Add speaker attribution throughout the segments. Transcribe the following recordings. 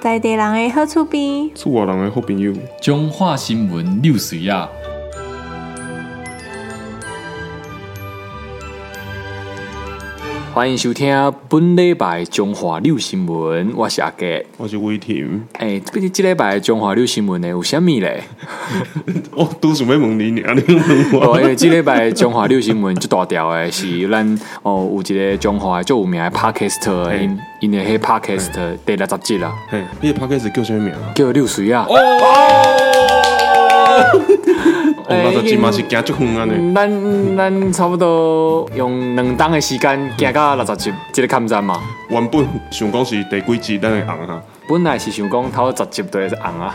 Speaker 1: 在地人的好厝边，
Speaker 2: 厝外人的好朋友，
Speaker 3: 中华新闻六水啊，
Speaker 4: 欢迎收听本礼拜中华六新闻，我是阿杰。
Speaker 2: 我是伟 霆。
Speaker 4: 诶、这这礼拜的中华六新闻呢有啥物 咧？
Speaker 2: 哦，都想要问你尔，你问
Speaker 4: 哦，
Speaker 2: 我。
Speaker 4: 因为这礼拜的中华六新闻最大条诶是咱哦有一个中华最有名诶 podcast，因因的迄 podcast 第六十集啦，
Speaker 2: 嘿，你的 p o d c a s 叫什么名啊？
Speaker 4: 叫六水啊。
Speaker 2: 哦，那
Speaker 4: 已
Speaker 2: 十集
Speaker 4: 经
Speaker 2: 嘛是行足远安尼。
Speaker 4: 嗯咱咱差不多用两档的时间行到六十集，这个抗战嘛。
Speaker 2: 原本想讲是第几集咱会红啊，
Speaker 4: 本来是想讲头十集都会是红啊，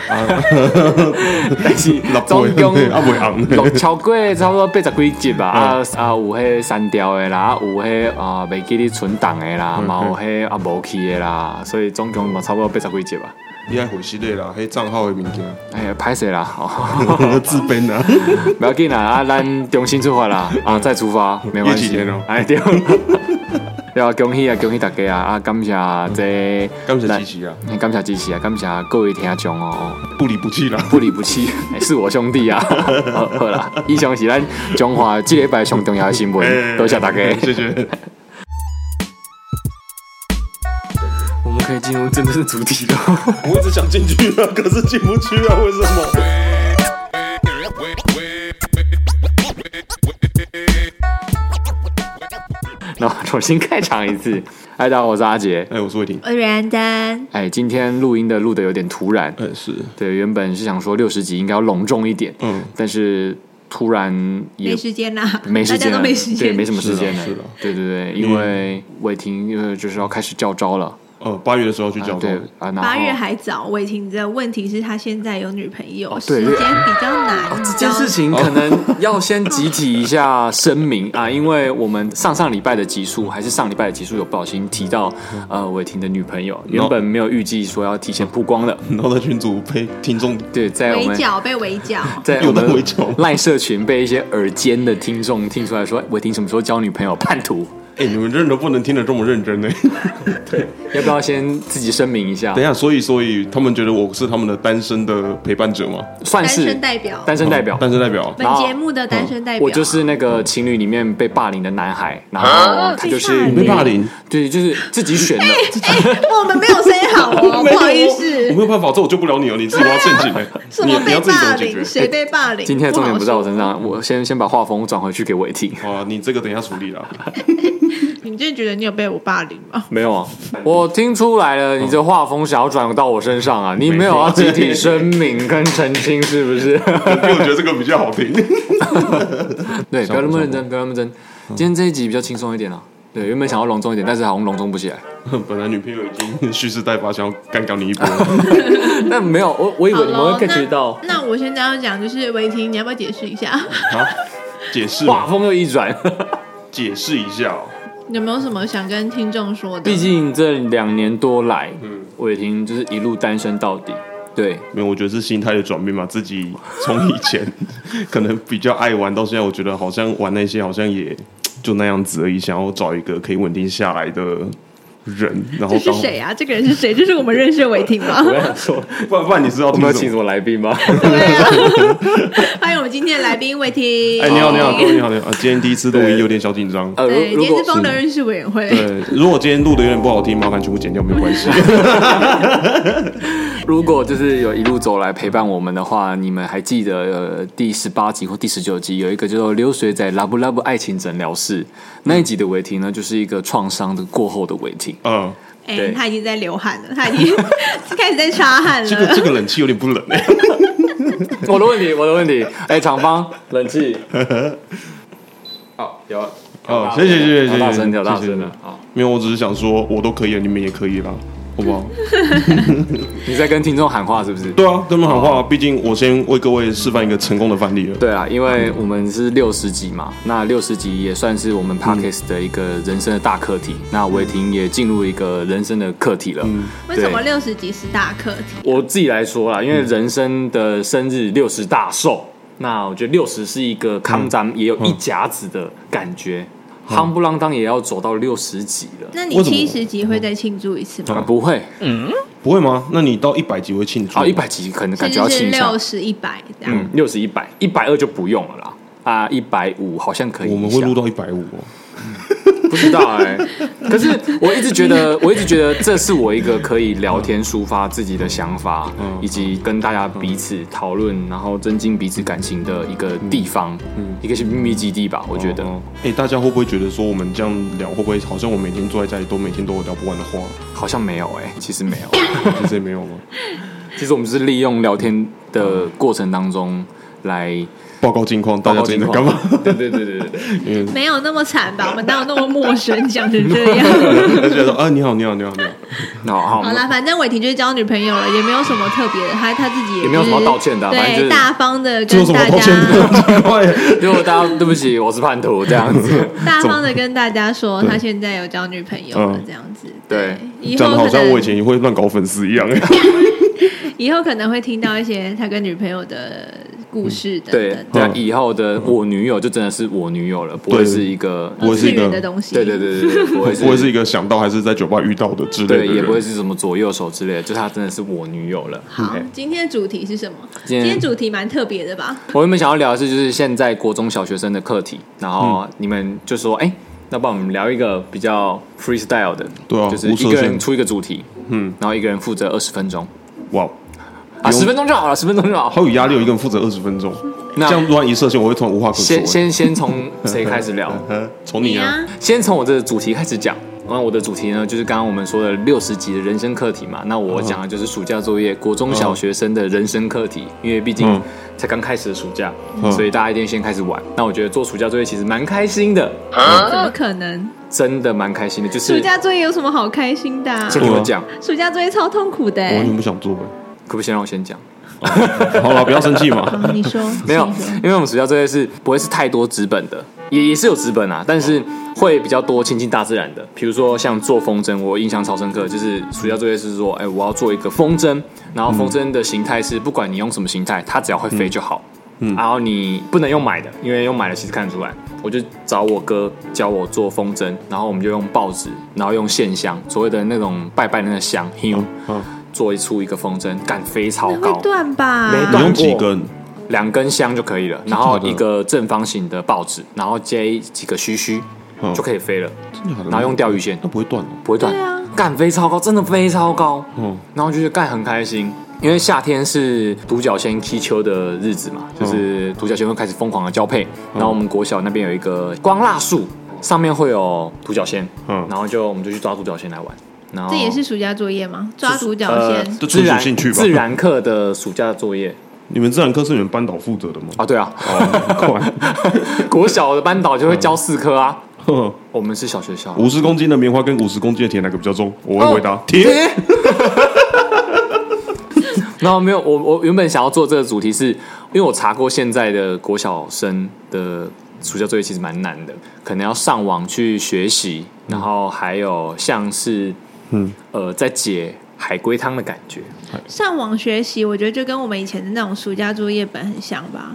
Speaker 4: 但是
Speaker 2: 六
Speaker 4: 总
Speaker 2: 倍
Speaker 4: 共
Speaker 2: 嘿啊袂红
Speaker 4: 六超过差不多八十几集吧，啊啊有迄删掉的啦，啊有迄啊袂记咧存档的啦，嘛有迄啊无去的啦，所以总共嘛差不多八十几集吧。
Speaker 2: 你爱回失礼啦，迄账号的物 件，
Speaker 4: 哎，歹势啦， 哦
Speaker 2: 自编 啊。
Speaker 4: 不要紧啦，啊，咱重新出发啦， 啊，再出发，没关
Speaker 2: 业绩
Speaker 4: 系
Speaker 2: 天哦。
Speaker 4: 哎，对。 对啊，恭喜啊，恭喜大家啊！啊，感谢这，
Speaker 2: 感谢支持啊，
Speaker 4: 咱感谢支持啊，感谢各位听众哦。
Speaker 2: 不离不弃啦。
Speaker 4: 不离 不弃，欸是我兄弟啊！ 好好啦，以上是咱中华这礼拜上重要的新闻，嗯多谢大家。
Speaker 2: 哎 谢谢。
Speaker 4: 我们可以进入真正的主题 了。
Speaker 2: 我一直想进去啊，可是进不去啊，为什 么？
Speaker 4: 那我重新开场一次。嗨，大家好，我是阿杰。
Speaker 2: 哎，我是伟霆。
Speaker 1: 我是安丹，
Speaker 4: 哎，今天录音的录的有点突然，
Speaker 2: 哎，是，
Speaker 4: 对，原本是想说六十集应该要隆重一点，
Speaker 2: 嗯，
Speaker 4: 但是突然也
Speaker 1: 没时间啦，
Speaker 4: 没时
Speaker 1: 大
Speaker 4: 间
Speaker 1: 家
Speaker 4: 了，
Speaker 1: 都没时
Speaker 4: 对，
Speaker 1: 间，
Speaker 4: 没什么时间了，
Speaker 2: 是啊是啊
Speaker 4: 对对对，因为伟霆因为就是要开始叫招了，
Speaker 2: 呃，八月的时候去交
Speaker 4: 对
Speaker 2: 通。
Speaker 4: 啊，然后
Speaker 1: 八月还早，伟霆的问题是他现在有女朋友，
Speaker 4: 哦对
Speaker 1: 时间比较难。
Speaker 4: 哦
Speaker 1: 你，
Speaker 4: 这
Speaker 1: 知
Speaker 4: 件
Speaker 1: 道
Speaker 4: 事情可能要先集体一下声明 啊，因为我们上上礼拜的集数还是上礼拜的集数有不小心提到
Speaker 2: 嗯
Speaker 4: 呃伟霆的女朋友，原本没有预计说要提前曝光的，
Speaker 2: 然后在群组被听众
Speaker 4: 对，在我
Speaker 1: 围
Speaker 4: 们。
Speaker 1: 剿被围 剿，
Speaker 4: 在
Speaker 2: 又
Speaker 4: 我
Speaker 2: 在
Speaker 4: 们
Speaker 2: 围 剿
Speaker 4: 赖社群被一些耳尖的听众听出来说，伟霆什么时候交女朋友？叛徒，
Speaker 2: 哎、你们真的不能听得这么认真呢、
Speaker 4: 要不要先自己声明一下
Speaker 2: 等一？下，所以所以他们觉得我是他们的单身的陪伴者吗？
Speaker 4: 算
Speaker 1: 单
Speaker 4: 是
Speaker 1: 身代表
Speaker 4: 单身代表。
Speaker 2: 单身代表。
Speaker 1: 本节目的单身代表，
Speaker 4: 我就是那个情侣里面被霸凌的男孩，
Speaker 1: 啊
Speaker 4: 然后他就是
Speaker 1: 你
Speaker 2: 被霸凌，
Speaker 4: 对，就是自己选 的。
Speaker 1: 我们没有 say 好哦，
Speaker 2: 没
Speaker 1: 不
Speaker 2: 有
Speaker 1: 好意
Speaker 2: 我
Speaker 1: 思啊
Speaker 2: 没，有办法，这我救不了你哦，你自己要正经哎、
Speaker 1: 什
Speaker 2: 你
Speaker 1: 么
Speaker 2: 你
Speaker 1: 被
Speaker 2: 要自己怎
Speaker 1: 霸
Speaker 2: 么解
Speaker 1: 凌，
Speaker 2: 决？
Speaker 1: 谁被霸凌？
Speaker 4: 哎今天的重点不在
Speaker 1: 哎好
Speaker 4: 我身上，我先先把画风转回去给伟霆。
Speaker 2: 好啊，你这个等一下处理啦。
Speaker 1: 说。你真的觉得你有被我霸凌吗？
Speaker 4: 没有啊，我听出来了，你这画风想要转到我身上啊？你没有要集体声明跟澄清是不是？
Speaker 2: 因为我觉得这个比较好听。
Speaker 4: 对，不要那么认真，不要那么认真。今天这一集比较轻松一点啊。对，原本想要隆重一点，但是好像隆重不起来。
Speaker 2: 本来女朋友已经蓄势待发，想要干掉你一波 了。
Speaker 4: 但没有，我我以
Speaker 1: 好
Speaker 4: 为你们
Speaker 1: 了
Speaker 4: 会，catch 到，
Speaker 1: 那那我现在要讲就是维婷，你要不要解释一下？
Speaker 2: 啊，解释
Speaker 4: 画风又一 转。
Speaker 2: 解释一下、哦，
Speaker 1: 有没有什么想跟听众说的？
Speaker 4: 毕竟这两年多来，伟霆就是一路单身到底。对，
Speaker 2: 没有，我觉得是心态的转变嘛。自己从以前 可能比较爱玩，到现在我觉得好像玩那些好像也就那样子而已。想要找一个可以稳定下来的人，然后
Speaker 1: 这是
Speaker 2: 当
Speaker 1: 谁啊？这个人是谁？这是我们认识的伟霆吗？
Speaker 4: 我想说，
Speaker 2: 不然不然你是要
Speaker 4: 我
Speaker 2: 听
Speaker 4: 们要
Speaker 2: 什
Speaker 4: 请
Speaker 2: 么？
Speaker 4: 什么来宾吗？
Speaker 1: 对啊， 欢迎我们今天的来宾伟霆。
Speaker 2: 哎，你好，你好，各位你好，你好，啊今天第一次录音有点小紧 张。
Speaker 4: 呃，
Speaker 1: 对，
Speaker 4: 如如
Speaker 1: 今天
Speaker 4: 果
Speaker 1: 是风的认识委员会。
Speaker 2: 对，如果今天录的有点不好听，麻烦全部剪掉，没有关系。
Speaker 4: 如果就是有一路走来陪伴我们的话，你们还记得呃第十八集或第十九集有一个叫做《流水仔拉布拉布爱情诊疗室》那一集的伟霆呢，就是一个创伤的过后的伟霆。
Speaker 2: 嗯，
Speaker 1: 哎，
Speaker 4: 对
Speaker 1: 他已经在流汗了，他已经 开始在擦汗
Speaker 2: 这个这
Speaker 1: 了。
Speaker 2: 个冷气有点不冷哎。
Speaker 4: 我的问题，我的问题，哎，厂方冷气，好有
Speaker 2: 哦，谢谢谢谢谢谢，
Speaker 4: 大声有大
Speaker 2: 谢谢
Speaker 4: 声了。好，
Speaker 2: 没有，我只是想说，我都可以了，你们也可以啦，好不好？
Speaker 4: 你在跟听众喊话是不是？
Speaker 2: 对啊，跟他们喊话，毕竟我先为各位示范一个成功的范例了。
Speaker 4: 对啊，因为我们是六十集嘛，那六十集也算是我
Speaker 2: 嗯
Speaker 4: 们 podcast 的一个人生的大课题。那伟霆也进入一个人生的课题了。
Speaker 2: 嗯
Speaker 1: 为什么
Speaker 4: 对
Speaker 1: 六十集是大课题？
Speaker 4: 我自己来说啦，因为人生的生
Speaker 2: 嗯
Speaker 4: 日六十大寿，那我觉得六十是一个康展也有一甲子的感觉。
Speaker 2: 嗯
Speaker 4: 夯不啷当也要走到六十集了。
Speaker 1: 那你
Speaker 2: 为什么
Speaker 1: 七十集会再庆祝一次
Speaker 4: 啊，
Speaker 2: 嗯
Speaker 1: 吗？
Speaker 4: 不会
Speaker 2: 不会吗？那你到一百集会庆祝
Speaker 4: 啊，一百集可能
Speaker 1: 甚
Speaker 4: 感觉要
Speaker 1: 至是
Speaker 4: 清一下
Speaker 1: 六，十一百这样。
Speaker 4: 嗯，六十一百，一百二就不用了啦。啊，一百五好像可以一下，
Speaker 2: 我们会录到一百五哦。
Speaker 4: 不知道哎、可是我一直觉得，我一直觉得这是我一个可以聊天抒发自己的想法，
Speaker 2: 嗯
Speaker 4: 以及跟大家彼此讨论，然后增进彼此感情的一个地方，一个是秘密基地吧，我觉得。
Speaker 2: 嗯哦，哎、大家会不会觉得说我们这样聊，会不会好像我每天坐在家里都每天都有聊不完的 话？
Speaker 4: 好像没有哎、其实没有，
Speaker 2: 其实也没有啊吗？
Speaker 4: 其实我们是利用聊天的过程当中来
Speaker 2: 报告近况，大家最近在干嘛？？
Speaker 4: 对对对对对，
Speaker 1: 没有那么惨吧？我们哪有那么陌生，讲成这 样？
Speaker 2: 而且说啊，你好，你好，你好， 你好。
Speaker 4: 那好，我
Speaker 1: 好
Speaker 4: 们
Speaker 1: 啦，反正伟霆就是交女朋友了，也没有什么特别的，他他自己也、就是、
Speaker 4: 也没有什么道歉的啊反正就是
Speaker 1: 对，大方的
Speaker 2: 这有
Speaker 1: 跟
Speaker 2: 什么
Speaker 1: 大
Speaker 2: 道歉
Speaker 1: 家，
Speaker 2: 的？快
Speaker 4: 如果大家对不起，我是叛徒这样子，
Speaker 1: 大方的跟大家说，他现在有交女朋友了
Speaker 2: 嗯，
Speaker 1: 这样子。
Speaker 4: 对，
Speaker 1: 以
Speaker 2: 讲
Speaker 1: 后
Speaker 2: 的好
Speaker 1: 可
Speaker 2: 像
Speaker 1: 能
Speaker 2: 我以前也会乱搞粉丝一 样。
Speaker 1: 以后可能会听到一些他跟女朋友的故事等
Speaker 4: 对
Speaker 1: 等，
Speaker 4: 这样以后的我女友就真的是我女友了，不会
Speaker 2: 对
Speaker 4: 是一个
Speaker 2: 我是
Speaker 1: 二次
Speaker 2: 一个
Speaker 1: 元的东西，
Speaker 4: 对对对对对，不会
Speaker 2: 不会是
Speaker 4: 是，
Speaker 2: 一个想到还是在酒吧遇到的之类的
Speaker 4: 对，
Speaker 2: 人，
Speaker 4: 也不会是什么左右手之类的，就是她真的是我女友了。
Speaker 1: 好
Speaker 4: OK，
Speaker 1: 今天的主题是什么？今
Speaker 4: 今天
Speaker 1: 天主题蛮特别的吧？
Speaker 4: 我原本想要聊的是，就是现在国中小学生的课题，然后你们就说，哎、那帮我们聊一个比较 freestyle 的，
Speaker 2: 对啊
Speaker 4: 就是
Speaker 2: 无
Speaker 4: 一
Speaker 2: 设
Speaker 4: 个人
Speaker 2: 限
Speaker 4: 出一个主题，嗯，然后一个人负责二十分钟
Speaker 2: 哇，用
Speaker 4: 啊，十分钟就好了，十分钟就好。
Speaker 2: 好有压力，哦我一个人负责二十分钟，
Speaker 4: 那
Speaker 2: 这样乱一射线，我会突然无话可说欸
Speaker 4: 先。先先从谁开始聊？
Speaker 2: 嗯从你啊，
Speaker 1: 啊，
Speaker 4: 先从我的主题开始讲。然后我的主题呢，就是刚刚我们说的六十集的人生课题嘛。那我讲的就是暑假作业，国中小学生的人生课题，因为毕竟
Speaker 2: 嗯
Speaker 4: 才刚开始的暑假，
Speaker 2: 嗯
Speaker 4: 所以大家一定先开始玩。那我觉得做暑假作业其实蛮开心的，
Speaker 1: 啊怎么可能？
Speaker 4: 真的蛮开心的。就是
Speaker 1: 暑
Speaker 2: 嗯
Speaker 1: 假作业有什么好开心的啊？
Speaker 4: 先跟我讲，可
Speaker 1: 暑假作业超痛苦的
Speaker 2: 我
Speaker 1: 欸。
Speaker 2: 完全不想做。
Speaker 4: 不可以先让我先讲？
Speaker 2: 好了，不要生气 嘛。
Speaker 1: 好，你说
Speaker 4: 没 有
Speaker 1: 请说，
Speaker 4: 因为我们暑假作业是不会是太多纸本的，也也是有纸本啊，但是会比较多亲近大自然的，比如说像做风筝，我印象超深刻，就是暑假作业是说，哎、我要做一个风筝，然后风筝的形态是不管你用什么形态，它只要会飞就好。然后你不能用买的，因为用买的其实看得出来。我就找我哥教我做风筝，然后我们就用报纸，然后用线香，所谓的那种拜拜的那个香，
Speaker 2: 嗯
Speaker 4: 做一出一个风筝，感飞超
Speaker 1: 那
Speaker 4: 高
Speaker 1: 会。断吧？
Speaker 4: 没
Speaker 2: 你
Speaker 4: 断
Speaker 2: 用几根？
Speaker 4: 两根香就可以了，然后一个正方形的报纸，然后接几个须须
Speaker 2: 嗯
Speaker 4: 就可以飞了，然后
Speaker 2: 后
Speaker 4: 用钓鱼线
Speaker 2: 那不会断哦。
Speaker 4: 不会断
Speaker 1: 对啊，
Speaker 4: 干飞超高，真的飞超高，
Speaker 2: 嗯
Speaker 4: 然后就是干很开心。因为夏天是独角仙踢球的日子嘛，就是
Speaker 2: 哦
Speaker 4: 独角仙会开始疯狂的交配。然后我们国小那边有一个光蜡树，上面会有独角仙，
Speaker 2: 嗯
Speaker 4: 然后就我们就去抓独角仙来玩。然后
Speaker 1: 这也是暑假作业吗？抓独角
Speaker 4: 呃
Speaker 1: 仙，
Speaker 2: 就
Speaker 4: 自
Speaker 2: 纯
Speaker 4: 然
Speaker 2: 属兴趣吧
Speaker 4: 自然课的暑假作业
Speaker 2: 你们自然课是你们班导负责的吗？
Speaker 4: 啊，对啊，
Speaker 2: 哦，
Speaker 4: 国小的班导就会教四科啊，
Speaker 2: 快！
Speaker 4: 我们是小学校。 哦
Speaker 2: 五十公斤的棉花跟五十公斤的铁哪个比较重？我会回
Speaker 1: 哦
Speaker 2: 答啊铁。
Speaker 4: 贴。然后没有，我我原本想要做这个主题是，因为我查过现在的国小生的暑假作业其实蛮难的，可能要上网去学习，然后还有像是嗯
Speaker 2: 嗯
Speaker 4: 呃在解海龟汤的感觉，
Speaker 1: 上网学习，我觉得就跟我们以前的那种暑假作业本很像吧。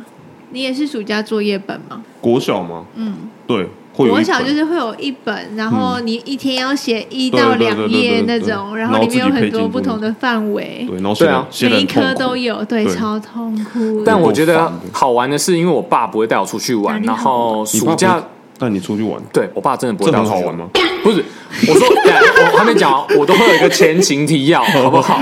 Speaker 1: 你也是暑假作业本吗？
Speaker 2: 国小吗？嗯，对，会有一
Speaker 1: 我
Speaker 2: 本
Speaker 1: 小就是会有一本，然后你一天要写一
Speaker 2: 对
Speaker 1: 到
Speaker 2: 对对
Speaker 1: 两
Speaker 2: 对
Speaker 1: 页
Speaker 2: 对
Speaker 1: 那
Speaker 2: 对
Speaker 1: 种，然
Speaker 2: 然
Speaker 1: 后
Speaker 2: 后
Speaker 1: 里面
Speaker 2: 自己
Speaker 1: 有很
Speaker 2: 配
Speaker 1: 多
Speaker 2: 进
Speaker 1: 不
Speaker 2: 步
Speaker 1: 同的范围，
Speaker 2: 对，然后写
Speaker 4: 对啊
Speaker 2: 的写的
Speaker 1: 每一
Speaker 2: 很痛
Speaker 1: 科
Speaker 2: 苦
Speaker 1: 都有，对，
Speaker 2: 对
Speaker 1: 超痛苦。
Speaker 4: 但我
Speaker 2: 够
Speaker 4: 觉得
Speaker 2: 烦的
Speaker 4: 好玩的是，因为我爸不会带我出去
Speaker 1: 哪
Speaker 4: 玩，
Speaker 1: 里
Speaker 4: 然
Speaker 1: 好
Speaker 4: 后
Speaker 2: 你
Speaker 4: 暑
Speaker 2: 爸
Speaker 4: 假
Speaker 2: 不带你出去玩，
Speaker 4: 对我爸真的不会
Speaker 2: 这
Speaker 4: 带我
Speaker 2: 很
Speaker 4: 出去
Speaker 2: 好玩吗？
Speaker 4: 不是，我说，等一下我还没讲完，我都会有一个前情提要，好不好？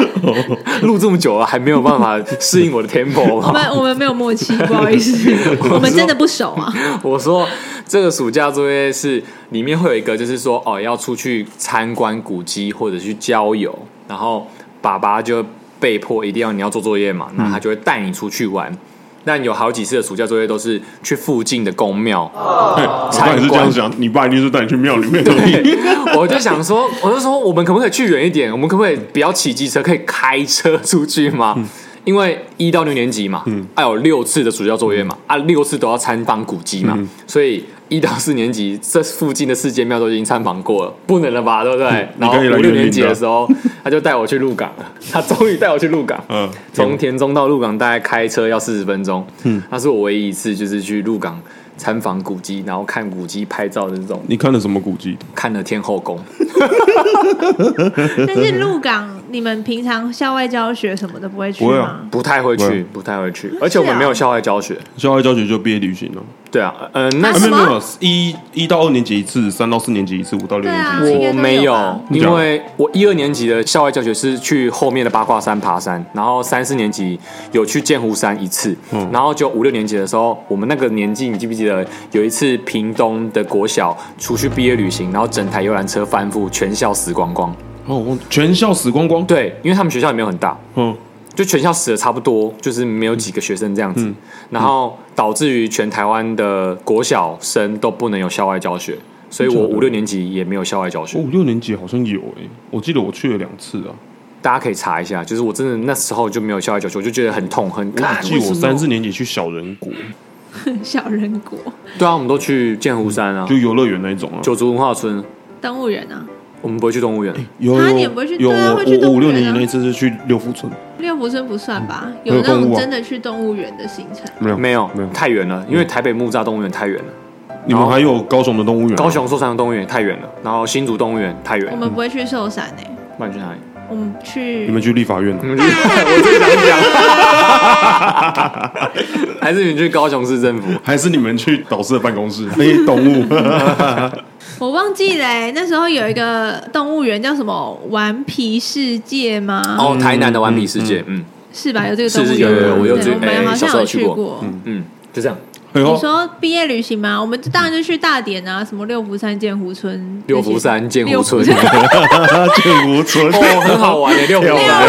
Speaker 4: 录这么久了，还没有办法适应我的 tempo
Speaker 1: 我
Speaker 4: 吗？
Speaker 1: 们我们没有默契，不好意 思，我们真的不熟啊。
Speaker 4: 我说，这个暑假作业是里面会有一个，就是说，哦，要出去参观古迹或者去郊游，然后爸爸就被迫一定要你要做作业嘛，那他就会带你出去玩。但有好几次的暑假作业都是去附近的宫庙，
Speaker 2: 我爸也是这样想，你爸一定是带你去庙里面而已。
Speaker 4: 我就想说，我就说，我们可不可以去远一点？我们可不可以不要骑机车，可以开车出去吗？
Speaker 2: 嗯
Speaker 4: 因为一到六年级嘛，还、有六次的暑假作业
Speaker 2: 嗯
Speaker 4: 嘛，啊，六次都要参访古迹嘛，所以一到四年级这附近的世界庙都已经参访过了，不能了吧，对不对？
Speaker 2: 嗯你
Speaker 4: 然后
Speaker 2: 可以来
Speaker 4: 五六
Speaker 2: 园林
Speaker 4: 年级的
Speaker 2: 的
Speaker 4: 时候，他就带我去鹿港了， 他终于带我去鹿港，
Speaker 2: 嗯，
Speaker 4: 从田中到鹿港大概开车要四十分钟，嗯，那是我唯一一次就是去鹿港参访古迹，然后看古迹拍照的这种，
Speaker 2: 你看了什么古迹？
Speaker 4: 看了天后宫。
Speaker 1: 但是鹿港，你们平常校外教学什么的不会去
Speaker 2: 不会
Speaker 1: 吗
Speaker 2: 啊？
Speaker 4: 不太会
Speaker 2: 对
Speaker 4: 去，不太会去，而且我们没有校外教学。
Speaker 2: 校外教学就毕业旅行了、
Speaker 4: 对啊，呃，那
Speaker 1: 啊
Speaker 2: 啊，
Speaker 1: 什
Speaker 2: 没
Speaker 1: 么
Speaker 2: 有没有，没有一一到二年级一次，三到四年级一次，五到六年级一次。
Speaker 1: 应该
Speaker 4: 我
Speaker 1: 都
Speaker 4: 没
Speaker 1: 有吧
Speaker 4: 有，因为我一二年级的校外教学是去后面的八卦山爬山，然后三四年级有去剑湖山一次，然后就五六年级的时候，我们那个年纪，你记不记得有一次屏东的国小出去毕业旅行，然后整台游览车翻覆，全校死光光。
Speaker 2: 哦，我全校死光光。，
Speaker 4: 对，因为他们学校也没有很大，
Speaker 2: 嗯，
Speaker 4: 就全校死的差不多，就是没有几个学生这样子，然后导致于全台湾的国小生都不能有校外教学，所以我五六年级也没有校外教学。
Speaker 2: 我五哦六年级好像有诶、我记得我去了两次啊。
Speaker 4: 大家可以查一下，就是我真的那时候就没有校外教学，我就觉得很痛很
Speaker 2: 我
Speaker 4: 干。
Speaker 2: 只记
Speaker 4: 为什
Speaker 2: 我
Speaker 4: 么
Speaker 2: 三四年级去小人国，啊
Speaker 1: 小人国、
Speaker 4: 对啊，我们都去剑湖山啊，
Speaker 2: 就游乐园那一种啊。
Speaker 4: 九族文化村，
Speaker 1: 动物园啊，
Speaker 4: 我们不会去动物园。
Speaker 2: 有
Speaker 1: 啊
Speaker 2: 有
Speaker 1: 你也不会去
Speaker 2: 有，
Speaker 1: 对啊
Speaker 2: 我
Speaker 1: 会去
Speaker 2: 我
Speaker 1: 动物
Speaker 2: 五六
Speaker 1: 园
Speaker 2: 年级
Speaker 1: 啊
Speaker 2: 那一次是去六福村，
Speaker 1: 六福村不算吧？
Speaker 2: 有
Speaker 1: 有那
Speaker 2: 动
Speaker 1: 种
Speaker 2: 物啊
Speaker 1: 真的去动物园的行程，
Speaker 2: 没有
Speaker 4: 没有嗯
Speaker 2: 没有，。
Speaker 4: 太远了，因为台北木栅动物园太远了，
Speaker 2: 你们还有高雄的动物园啊？
Speaker 4: 高雄寿山动物园太远了，然后新竹动物园太远
Speaker 1: 我
Speaker 4: 了。
Speaker 1: 们不会去寿山诶、
Speaker 4: 那你去哪里？
Speaker 1: 我们去
Speaker 2: 你们去立法院啊
Speaker 4: 你？们去？我最想讲，还是你去高雄市政府？
Speaker 2: 还是你们去导师的办公室？ 哎，动物
Speaker 1: 我忘记了欸、那时候有一个动物园叫什么“顽皮世界”吗？
Speaker 4: 哦，台南的顽皮世界，嗯
Speaker 1: 是吧？有这个动物
Speaker 4: 是
Speaker 1: 园，
Speaker 4: 是有有有我有
Speaker 1: 对
Speaker 4: 去
Speaker 1: 我们
Speaker 4: 哎
Speaker 1: 好
Speaker 4: 小时
Speaker 1: 像
Speaker 4: 候
Speaker 1: 有
Speaker 4: 有去
Speaker 1: 去
Speaker 4: 过
Speaker 1: 过。
Speaker 4: 嗯，就这样。
Speaker 2: 哎
Speaker 1: 你
Speaker 2: 呦，
Speaker 1: 说毕业旅行吗？我们当然就去大典啊，什么六福山、剑湖村、
Speaker 4: 六福山、剑湖村，
Speaker 1: 六
Speaker 4: 哦，
Speaker 2: 建国村，
Speaker 4: 很好玩的六福山，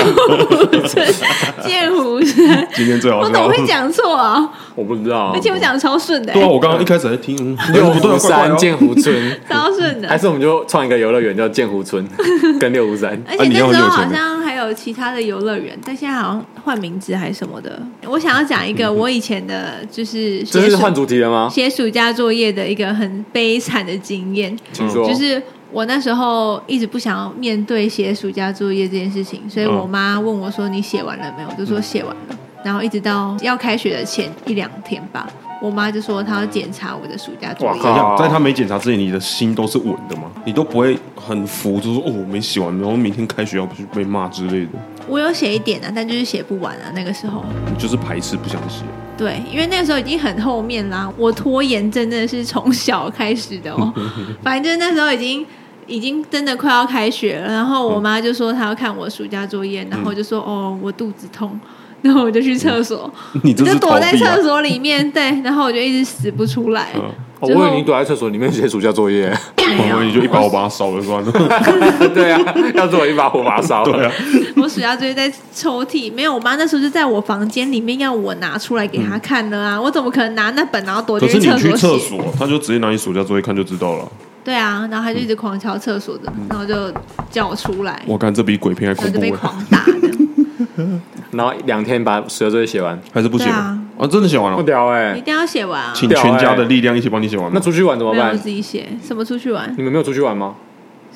Speaker 1: 那些、剑湖 山。
Speaker 2: 今天最好
Speaker 1: 我
Speaker 2: 笑。
Speaker 1: 怎么会讲错啊？
Speaker 4: 我不知道啊，
Speaker 1: 而且我讲得超顺的欸、
Speaker 2: 对啊，我刚刚一开始还在听，嗯哎
Speaker 4: 六
Speaker 2: 不对
Speaker 4: 福
Speaker 2: 啊怪怪
Speaker 4: 山、
Speaker 2: 哦
Speaker 4: 剑湖村，
Speaker 1: 超顺的。
Speaker 4: 还是我们就创一个游乐园叫剑湖村跟六湖山。
Speaker 1: 而且
Speaker 2: 啊你要
Speaker 1: 那时
Speaker 2: 很
Speaker 1: 候
Speaker 2: 有钱
Speaker 1: 好
Speaker 2: 欸
Speaker 1: 像还有其他的游乐园，但现在好像换名字还是什么的。我想要讲一个我以前的，就是
Speaker 4: 嗯这
Speaker 1: 写
Speaker 4: 是
Speaker 1: 暑
Speaker 4: 换主题了吗？
Speaker 1: 写暑假作业的一个很悲惨的经验，
Speaker 4: 请说。
Speaker 1: 就是我那时候一直不想要面对写暑假作业这件事情，
Speaker 4: 嗯
Speaker 1: 所以我妈问我说：“你写完了没有？”我就说：“写完了。”然后一直到要开学的前一两天吧，我妈就说她要检查我的暑假作
Speaker 4: 哇
Speaker 1: 业。
Speaker 2: 等一
Speaker 4: 靠
Speaker 2: 下，在他没检查之前，你的心都是稳的吗？你都不会很浮，就说哦，我没写完，然后明天开学要去被骂之类的，
Speaker 1: 我有写一点啊，但就是写不完啊，那个时候。
Speaker 2: 你就是排斥不想写。
Speaker 1: 对，因为那个时候已经很后面啦，我拖延症真的是从小开始的哦。反正那时候已经已经真的快要开学了，然后我妈就说她要看我暑假作业，然后我就说哦我肚子痛， 然后我就去厕所，
Speaker 2: 你嗯这
Speaker 1: 我就是
Speaker 2: 逃
Speaker 1: 躲在
Speaker 2: 避啊
Speaker 1: 厕！所里面，对，然后我就一直死不出来，
Speaker 2: 嗯
Speaker 4: 哦
Speaker 1: 之后
Speaker 4: 我以为你躲在厕所里面写暑假作业。
Speaker 1: 没
Speaker 2: 我
Speaker 1: 有
Speaker 2: 们也就一把火把它烧了 算了。
Speaker 4: 对啊，要做一把火把烧。对啊，
Speaker 1: 我暑假作业在抽屉，没有，我妈那时候就在我房间里面要我拿出来给她看的啊，我怎么可能拿那本然后躲
Speaker 2: 可
Speaker 1: 进
Speaker 2: 是
Speaker 1: 去
Speaker 2: 你去厕
Speaker 1: 所写？
Speaker 2: 所，他就直接拿你暑假作业看就知道了。
Speaker 1: 对啊，然后她就一
Speaker 4: 嗯
Speaker 1: 直狂敲厕所的，然后就叫我出来。
Speaker 2: 我看这比鬼片还
Speaker 1: 然后
Speaker 2: 恐
Speaker 1: 就
Speaker 2: 怖
Speaker 1: 被
Speaker 2: 欸，
Speaker 1: 狂打的。
Speaker 4: 然后两天把暑假作业写完，
Speaker 2: 还是不写
Speaker 1: 对
Speaker 2: 了
Speaker 1: 啊
Speaker 2: 啊？真的写完
Speaker 4: 不啊
Speaker 2: 了，
Speaker 4: 屌
Speaker 1: 一
Speaker 4: 哎。
Speaker 1: 定要写完啊！
Speaker 2: 请
Speaker 4: 屌欸
Speaker 2: 全家的力量一起帮你写完
Speaker 4: 那
Speaker 2: 吗。
Speaker 4: 出去玩怎么
Speaker 1: 没有
Speaker 4: 办
Speaker 1: 自？己写，什么出去玩？
Speaker 4: 你们没有出去玩吗？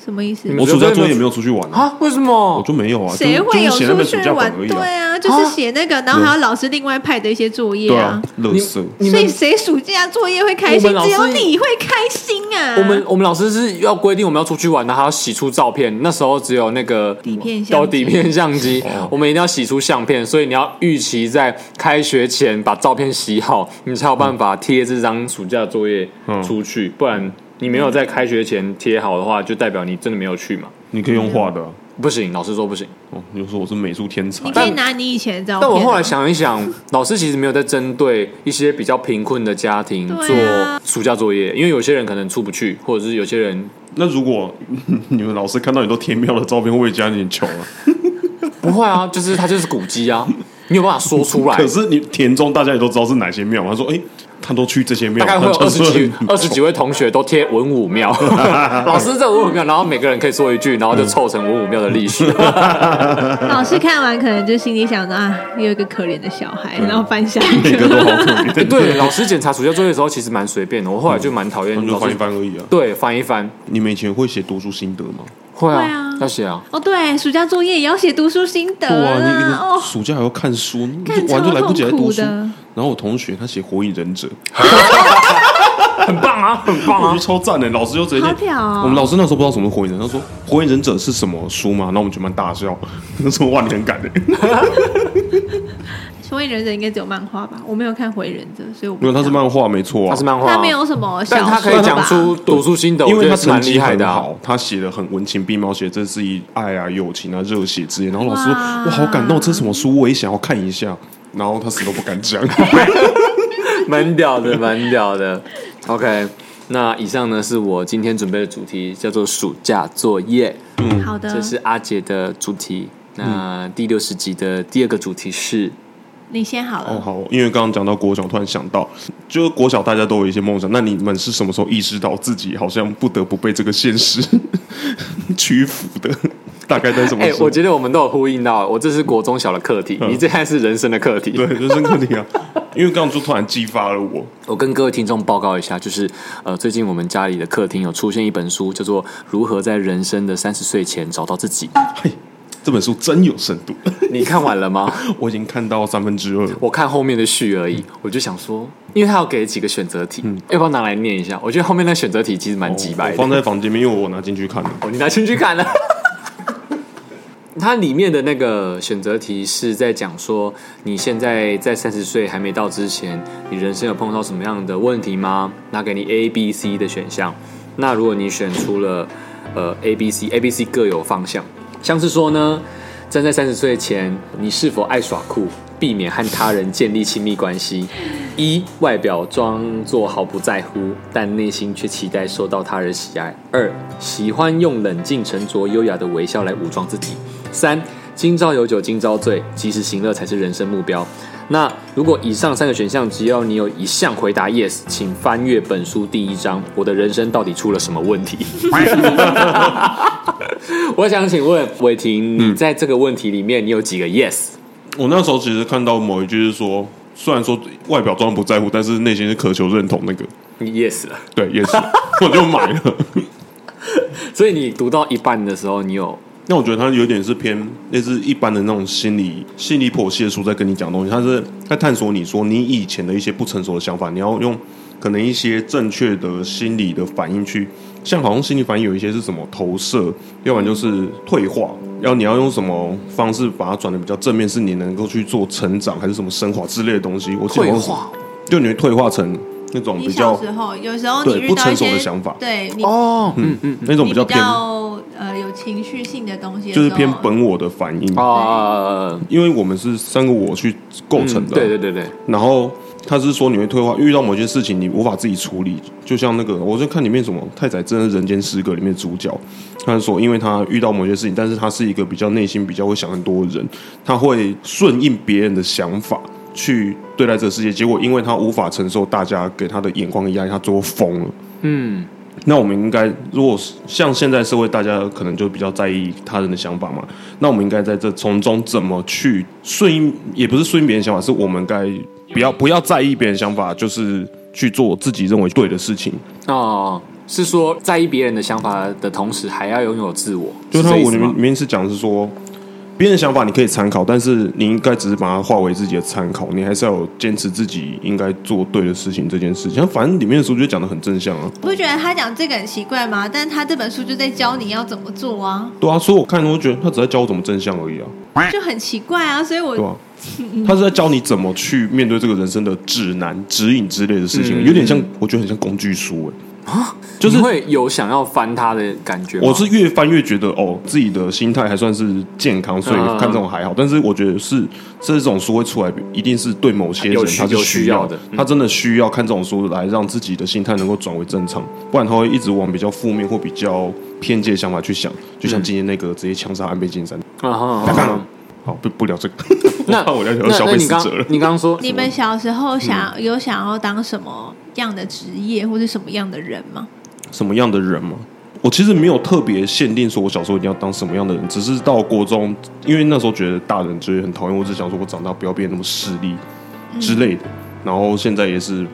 Speaker 1: 什么意思
Speaker 4: 你？们
Speaker 2: 我暑假作业没有出去玩啊，
Speaker 4: 啊？为什
Speaker 2: 我
Speaker 4: 么？
Speaker 2: 就没有啊，
Speaker 1: 谁
Speaker 2: 就
Speaker 1: 会有
Speaker 2: 就是写那
Speaker 1: 出
Speaker 2: 本暑
Speaker 1: 去
Speaker 2: 假本
Speaker 1: 玩
Speaker 2: 而？已
Speaker 1: 对
Speaker 2: 啊。
Speaker 1: 啊，就是写那个，然后还有老师另外派的一些作业
Speaker 2: 对啊
Speaker 1: 啊。，
Speaker 2: 乐色。
Speaker 4: 你
Speaker 1: 所以
Speaker 4: 们
Speaker 1: 谁暑假作业会开心
Speaker 4: 我们？老师
Speaker 1: 只有你会开心啊！
Speaker 4: 我们我们老师是要规定我们要出去玩，然后还要洗出照片。那时候只有那个
Speaker 1: 底片相机
Speaker 4: 到底片相机，我们一定要洗出相片，所以你要预期在开学前把照片洗好，你才有办法贴这张暑假作业出去。不然你没有在开学前贴好的话，就代表你真的没有去嘛。
Speaker 2: 你可以用画的啊、
Speaker 4: 不行，老师说不行。
Speaker 2: 哦，你就说我是美术天才
Speaker 1: 你。可以拿你以前的照片啊。
Speaker 4: 但我后来想一想，老师其实没有在针对一些比较贫困的家庭做
Speaker 1: 对啊
Speaker 4: 暑假作业，因为有些人可能出不去，或者是有些人
Speaker 2: 那如果 你们老师看到你都贴庙的照片，会不会加你很穷啊？
Speaker 4: 不会啊，就是它就是古迹 啊，你有办法说出来
Speaker 2: 可。是你田中大家也都知道是哪些庙嘛。他说，哎、他都去这些庙，
Speaker 4: 大概会有
Speaker 2: 他
Speaker 4: 二
Speaker 2: 啊
Speaker 4: 十
Speaker 2: 就是
Speaker 4: 几
Speaker 2: 很
Speaker 4: 二十几位同学都贴文武庙，老师在文武庙，然后每个人可以说一句，然后就凑成文武庙的 历史。
Speaker 1: 老师看完，可能就心里想着啊，又有一个可怜的小孩，
Speaker 4: 啊
Speaker 1: 然后翻下一
Speaker 2: 每个都好可
Speaker 4: 哎
Speaker 2: 怜，
Speaker 4: 对，老师检查暑假作业的时候其实蛮随便的，我后来就蛮讨
Speaker 2: 他
Speaker 4: 厌
Speaker 2: 就
Speaker 4: 老
Speaker 2: 翻
Speaker 4: 师
Speaker 2: 一。翻而已啊。
Speaker 4: 对，翻一翻，
Speaker 2: 你们以前会写读书心得吗？
Speaker 4: 会
Speaker 1: 会啊
Speaker 4: 啊，要写啊。
Speaker 1: 哦，对，暑假作业也要写读书心得
Speaker 2: 哇，啊你你
Speaker 1: 啦。哦，
Speaker 2: 暑假还要看书，
Speaker 1: 看
Speaker 2: 玩就来不及来
Speaker 1: 超痛
Speaker 2: 读
Speaker 1: 苦
Speaker 2: 书。
Speaker 1: 的
Speaker 2: 然后我同学他写《火影忍者》，
Speaker 4: 很棒啊，很棒
Speaker 2: 我觉
Speaker 4: 啊
Speaker 2: 得！超赞的，老师就直接
Speaker 1: 好屌哦
Speaker 2: 我们老师那时候不知道什么是火影忍者，他说《火影忍者》是什么书嘛，然后我们全班大笑， 那时候哇，你很 敢的。
Speaker 1: 火影忍者应该只有漫画吧？我没有看火影忍者，所以我不
Speaker 2: 因为他是
Speaker 1: 知道
Speaker 2: 漫画，没错啊，
Speaker 4: 他是漫画，
Speaker 1: 他没有什么小
Speaker 4: 但
Speaker 1: 说吧，
Speaker 4: 他可以讲出读书心得，
Speaker 2: 因
Speaker 4: 我
Speaker 2: 为
Speaker 4: 觉
Speaker 2: 他
Speaker 4: 得是
Speaker 2: 成
Speaker 4: 蛮
Speaker 2: 绩
Speaker 4: 厉害
Speaker 2: 很
Speaker 4: 的啊、
Speaker 2: 好，他写的很文情并茂，写这是一爱啊、友情啊、热血之类。然后老师说：“
Speaker 1: 哇
Speaker 2: 哇，好感动，这是什么书？我也想要看一下。”然后他死都不敢 讲。
Speaker 4: 蛮屌的，蛮屌的。OK，那以上呢是我今天准备的主题，叫做暑假作业，
Speaker 2: 嗯
Speaker 1: 好的
Speaker 4: 这，是阿杰的主题。那第六十集的第二个主题是，
Speaker 1: 你先好了。
Speaker 2: 哦，好，因为刚刚讲到国小，突然想到，就是国小大家都有一些梦想，那你们是什么时候意识到自己好像不得不被这个现实 屈服的？ 大概在什么
Speaker 4: 哎、
Speaker 2: 时候？
Speaker 4: 我觉得我们都有呼应到，我这是国中小的课题，你这还是人生的课题。
Speaker 2: 嗯对，人生课题啊，因为刚刚就突然激发了我。
Speaker 4: 我跟各位听众报告一下，就是呃，最近我们家里的客厅有出现一本书，叫做《如何在人生的三十岁前找到 自己》。
Speaker 2: 嘿，这本书真有深度，
Speaker 4: 你看完了吗？
Speaker 2: 我已经看到三分之二了。
Speaker 4: 我看后面的序而
Speaker 2: 嗯
Speaker 4: 已，我就想说，因为他有给几个选择题，要不要拿来念一下？我觉得后面那选择题其实蛮鸡
Speaker 2: 哦我
Speaker 4: 掰的。
Speaker 2: 放在房间里面，因为我拿进去看了。
Speaker 4: 哦，你拿进去看了。它里面的那个选择题是在讲说，你现在在三十岁还没到之前，你人生有碰到什么样的问题吗？那给你 A、B、C 的选项。那如果你选出了呃 A、B、C，A、B、C 各有方向，像是说呢，站在三十岁前，你是否爱耍酷，避免和他人建立亲密关系？一外表装作毫不在乎，但内心却期待受到他人喜爱；二喜欢用冷静、沉着、优雅的微笑来武装自己；三今朝有酒今朝醉，及时行乐才是人生目标。那如果以上三个选项，只要你有一项回答 yes，请翻阅本书第一章《我的人生到底出了什么问题》。 我想请问伟霆，
Speaker 2: 嗯
Speaker 4: 你在这个问题里面，你有几个 yes？
Speaker 2: 我那时候其实看到某一句是说，虽然说外表装不在乎，但是内心是渴求认同那个。
Speaker 4: 你 yes 了，
Speaker 2: 对，也是，我就买了。
Speaker 4: 所以你读到一半的时候，你有
Speaker 2: 那我觉得他有点是偏类似一般的那种心理心理剖析的书，在跟你讲东西，他是在探索你说你以前的一些不成熟的想法，你要用可能一些正确的心理的反应去，像好像心理反应有一些是什么投射，要不然就是退化，然后你要用什么方式把它转的比较正面，是你能够去做成长还是什么升华之类的东西。我记得
Speaker 4: 退
Speaker 2: 好像是
Speaker 4: 化？
Speaker 2: 就你会退化成那种
Speaker 1: 你
Speaker 2: 比较
Speaker 1: 小时候有时候你
Speaker 2: 对
Speaker 1: 遇到
Speaker 2: 不
Speaker 1: 一
Speaker 2: 成熟
Speaker 1: 些
Speaker 2: 的想法
Speaker 1: 对你
Speaker 4: 哦，嗯嗯
Speaker 2: 那种
Speaker 1: 你
Speaker 2: 比较偏，
Speaker 1: 呃有情绪性的东西的时
Speaker 2: 就
Speaker 1: 候，
Speaker 2: 是偏本我的反应，
Speaker 4: 啊，
Speaker 2: 因为我们是三个我去构成的。
Speaker 4: 嗯对对对对，
Speaker 2: 然后他是说你会退化，遇到某件事情你无法自己处理，就像那个我就看里面什么《太宰真的人间失格》里面的主角，他是说因为他遇到某些事情，但是他是一个比较内心比较会想很多的人，他会顺应别人的想法。去对待这个世界，结果因为他无法承受大家给他的眼光的压力，他最后疯了。
Speaker 4: 嗯，
Speaker 2: 那我们应该，如果是像现在社会，大家可能就比较在意他人的想法嘛。那我们应该在这从中怎么去顺应，也不是顺应别人想法，是我们该不要不要在意别人想法，就是去做自己认为对的事情。
Speaker 4: 哦，是说在意别人的想法的同时，还要拥有自我，
Speaker 2: 就是他
Speaker 4: 这意
Speaker 2: 我
Speaker 4: 思
Speaker 2: 里
Speaker 4: 吗
Speaker 2: 面里面是讲的是说，别人的想法你可以参考，但是你应该只是把它化为自己的参考，你还是要有坚持自己应该做对的事情这件事情。反正里面的书就讲的很正向啊。
Speaker 1: 你不觉得他讲这个很奇怪吗？但他这本书就在教你要怎么做啊，
Speaker 2: 对啊，所以我看我觉得他只在教我怎么正向而已啊。
Speaker 1: 就很奇怪啊。所以我
Speaker 2: 对吧、他是在教你怎么去面对这个人生的指南、指引之类的事情，有点像，我觉得很像工具书、欸。就是
Speaker 4: 你会有想要翻他的感觉吗。
Speaker 2: 我是越翻越觉得，哦，自己的心态还算是健康，所以
Speaker 4: 嗯嗯嗯
Speaker 2: 看这种还好。但是我觉得是这种书会出来，一定是对某些人
Speaker 4: 有需
Speaker 2: 他是
Speaker 4: 有需要
Speaker 2: 要
Speaker 4: 的嗯
Speaker 2: 他真的需要看这种书来让自己的心态能够转为正常，不然他会一直往比较负面或比较偏见的想法去想。就
Speaker 4: 嗯
Speaker 2: 像今天那个直接枪杀安倍晋三，
Speaker 4: 啊哈啊哈
Speaker 2: 看了，好不不 聊这个，
Speaker 4: 那
Speaker 2: 我怕我聊聊
Speaker 4: 那
Speaker 2: 消
Speaker 4: 那
Speaker 2: 费
Speaker 4: 你
Speaker 2: 死
Speaker 4: 刚
Speaker 2: 者了。
Speaker 4: 你刚刚说
Speaker 1: 你们小时候想、
Speaker 2: 嗯
Speaker 1: 有想要当什么样的职业或者什么样的人吗？
Speaker 2: 什么样的人吗？我其实没有特别限定说我小时候一定要当什么样的人，只是到国中，因为那时候觉得大人就是很讨厌，我只想说我长大不要变得那么势利之类的。然后现在也是，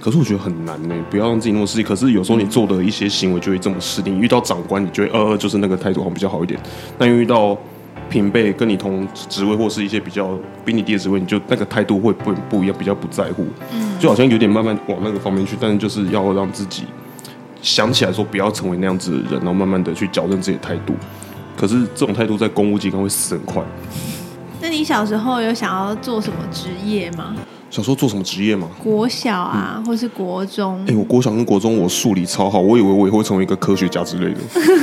Speaker 2: 可是我觉得很难呢、不要让自己那么势利。可是有时候你做的一些行为就会这么势利，遇到长官你就会呃呃，就是那个态度好像比较好一点。但遇到平辈跟你同职位或是一些比较比你低的职位，你就那个态度会不不一样，比较不在乎，就好像有点慢慢往那个方面去，但是就是要让自己想起来说不要成为那样子的人，然后慢慢的去矫正自己的态度。可是这种态度在公务机关会死很快。
Speaker 1: 那你小时候有想要做什么职业吗？
Speaker 2: 小时候做什么职业嘛？
Speaker 1: 国小啊，或是国中
Speaker 2: 哎、？我国小跟国中我数理超好，我以为我也会成为一个科学家之类的。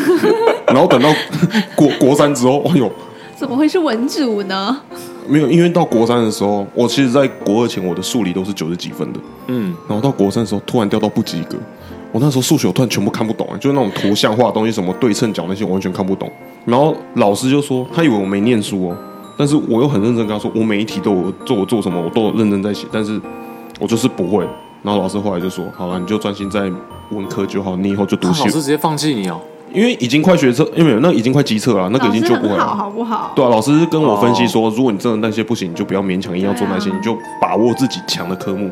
Speaker 2: 然后等到 国国三之后，哎呦，
Speaker 1: 怎么会是文组呢？
Speaker 2: 没有，因为到国三的时候，我其实在国二前我的数理都是九十几分的，
Speaker 4: 嗯，
Speaker 2: 然后到国三的时候突然掉到不及格。我那时候数学我突然全部看不懂、欸就是那种图像化的东西，什么对称角那些，我完全看不懂。然后老师就说，他以为我没念书哦，但是我又很认真跟他说，我每一题都有做我做什么，我都有认真在写，但是我就是不会。然后老师后来就说，好了，你就专心在文科就好，你以后就读
Speaker 4: 老
Speaker 2: 写
Speaker 4: 师，直接放弃你哦。
Speaker 2: 因为已经快学测，因为那已经快机测了，那个
Speaker 1: 老
Speaker 2: 已经
Speaker 1: 师
Speaker 2: 救不回
Speaker 1: 很
Speaker 2: 来了
Speaker 1: 好，。好不好？
Speaker 2: 对啊，老师跟我分析说，如果你真的那些不行，你就不要勉强硬要做那些，
Speaker 1: 对啊
Speaker 2: 你就把握自己强的科目。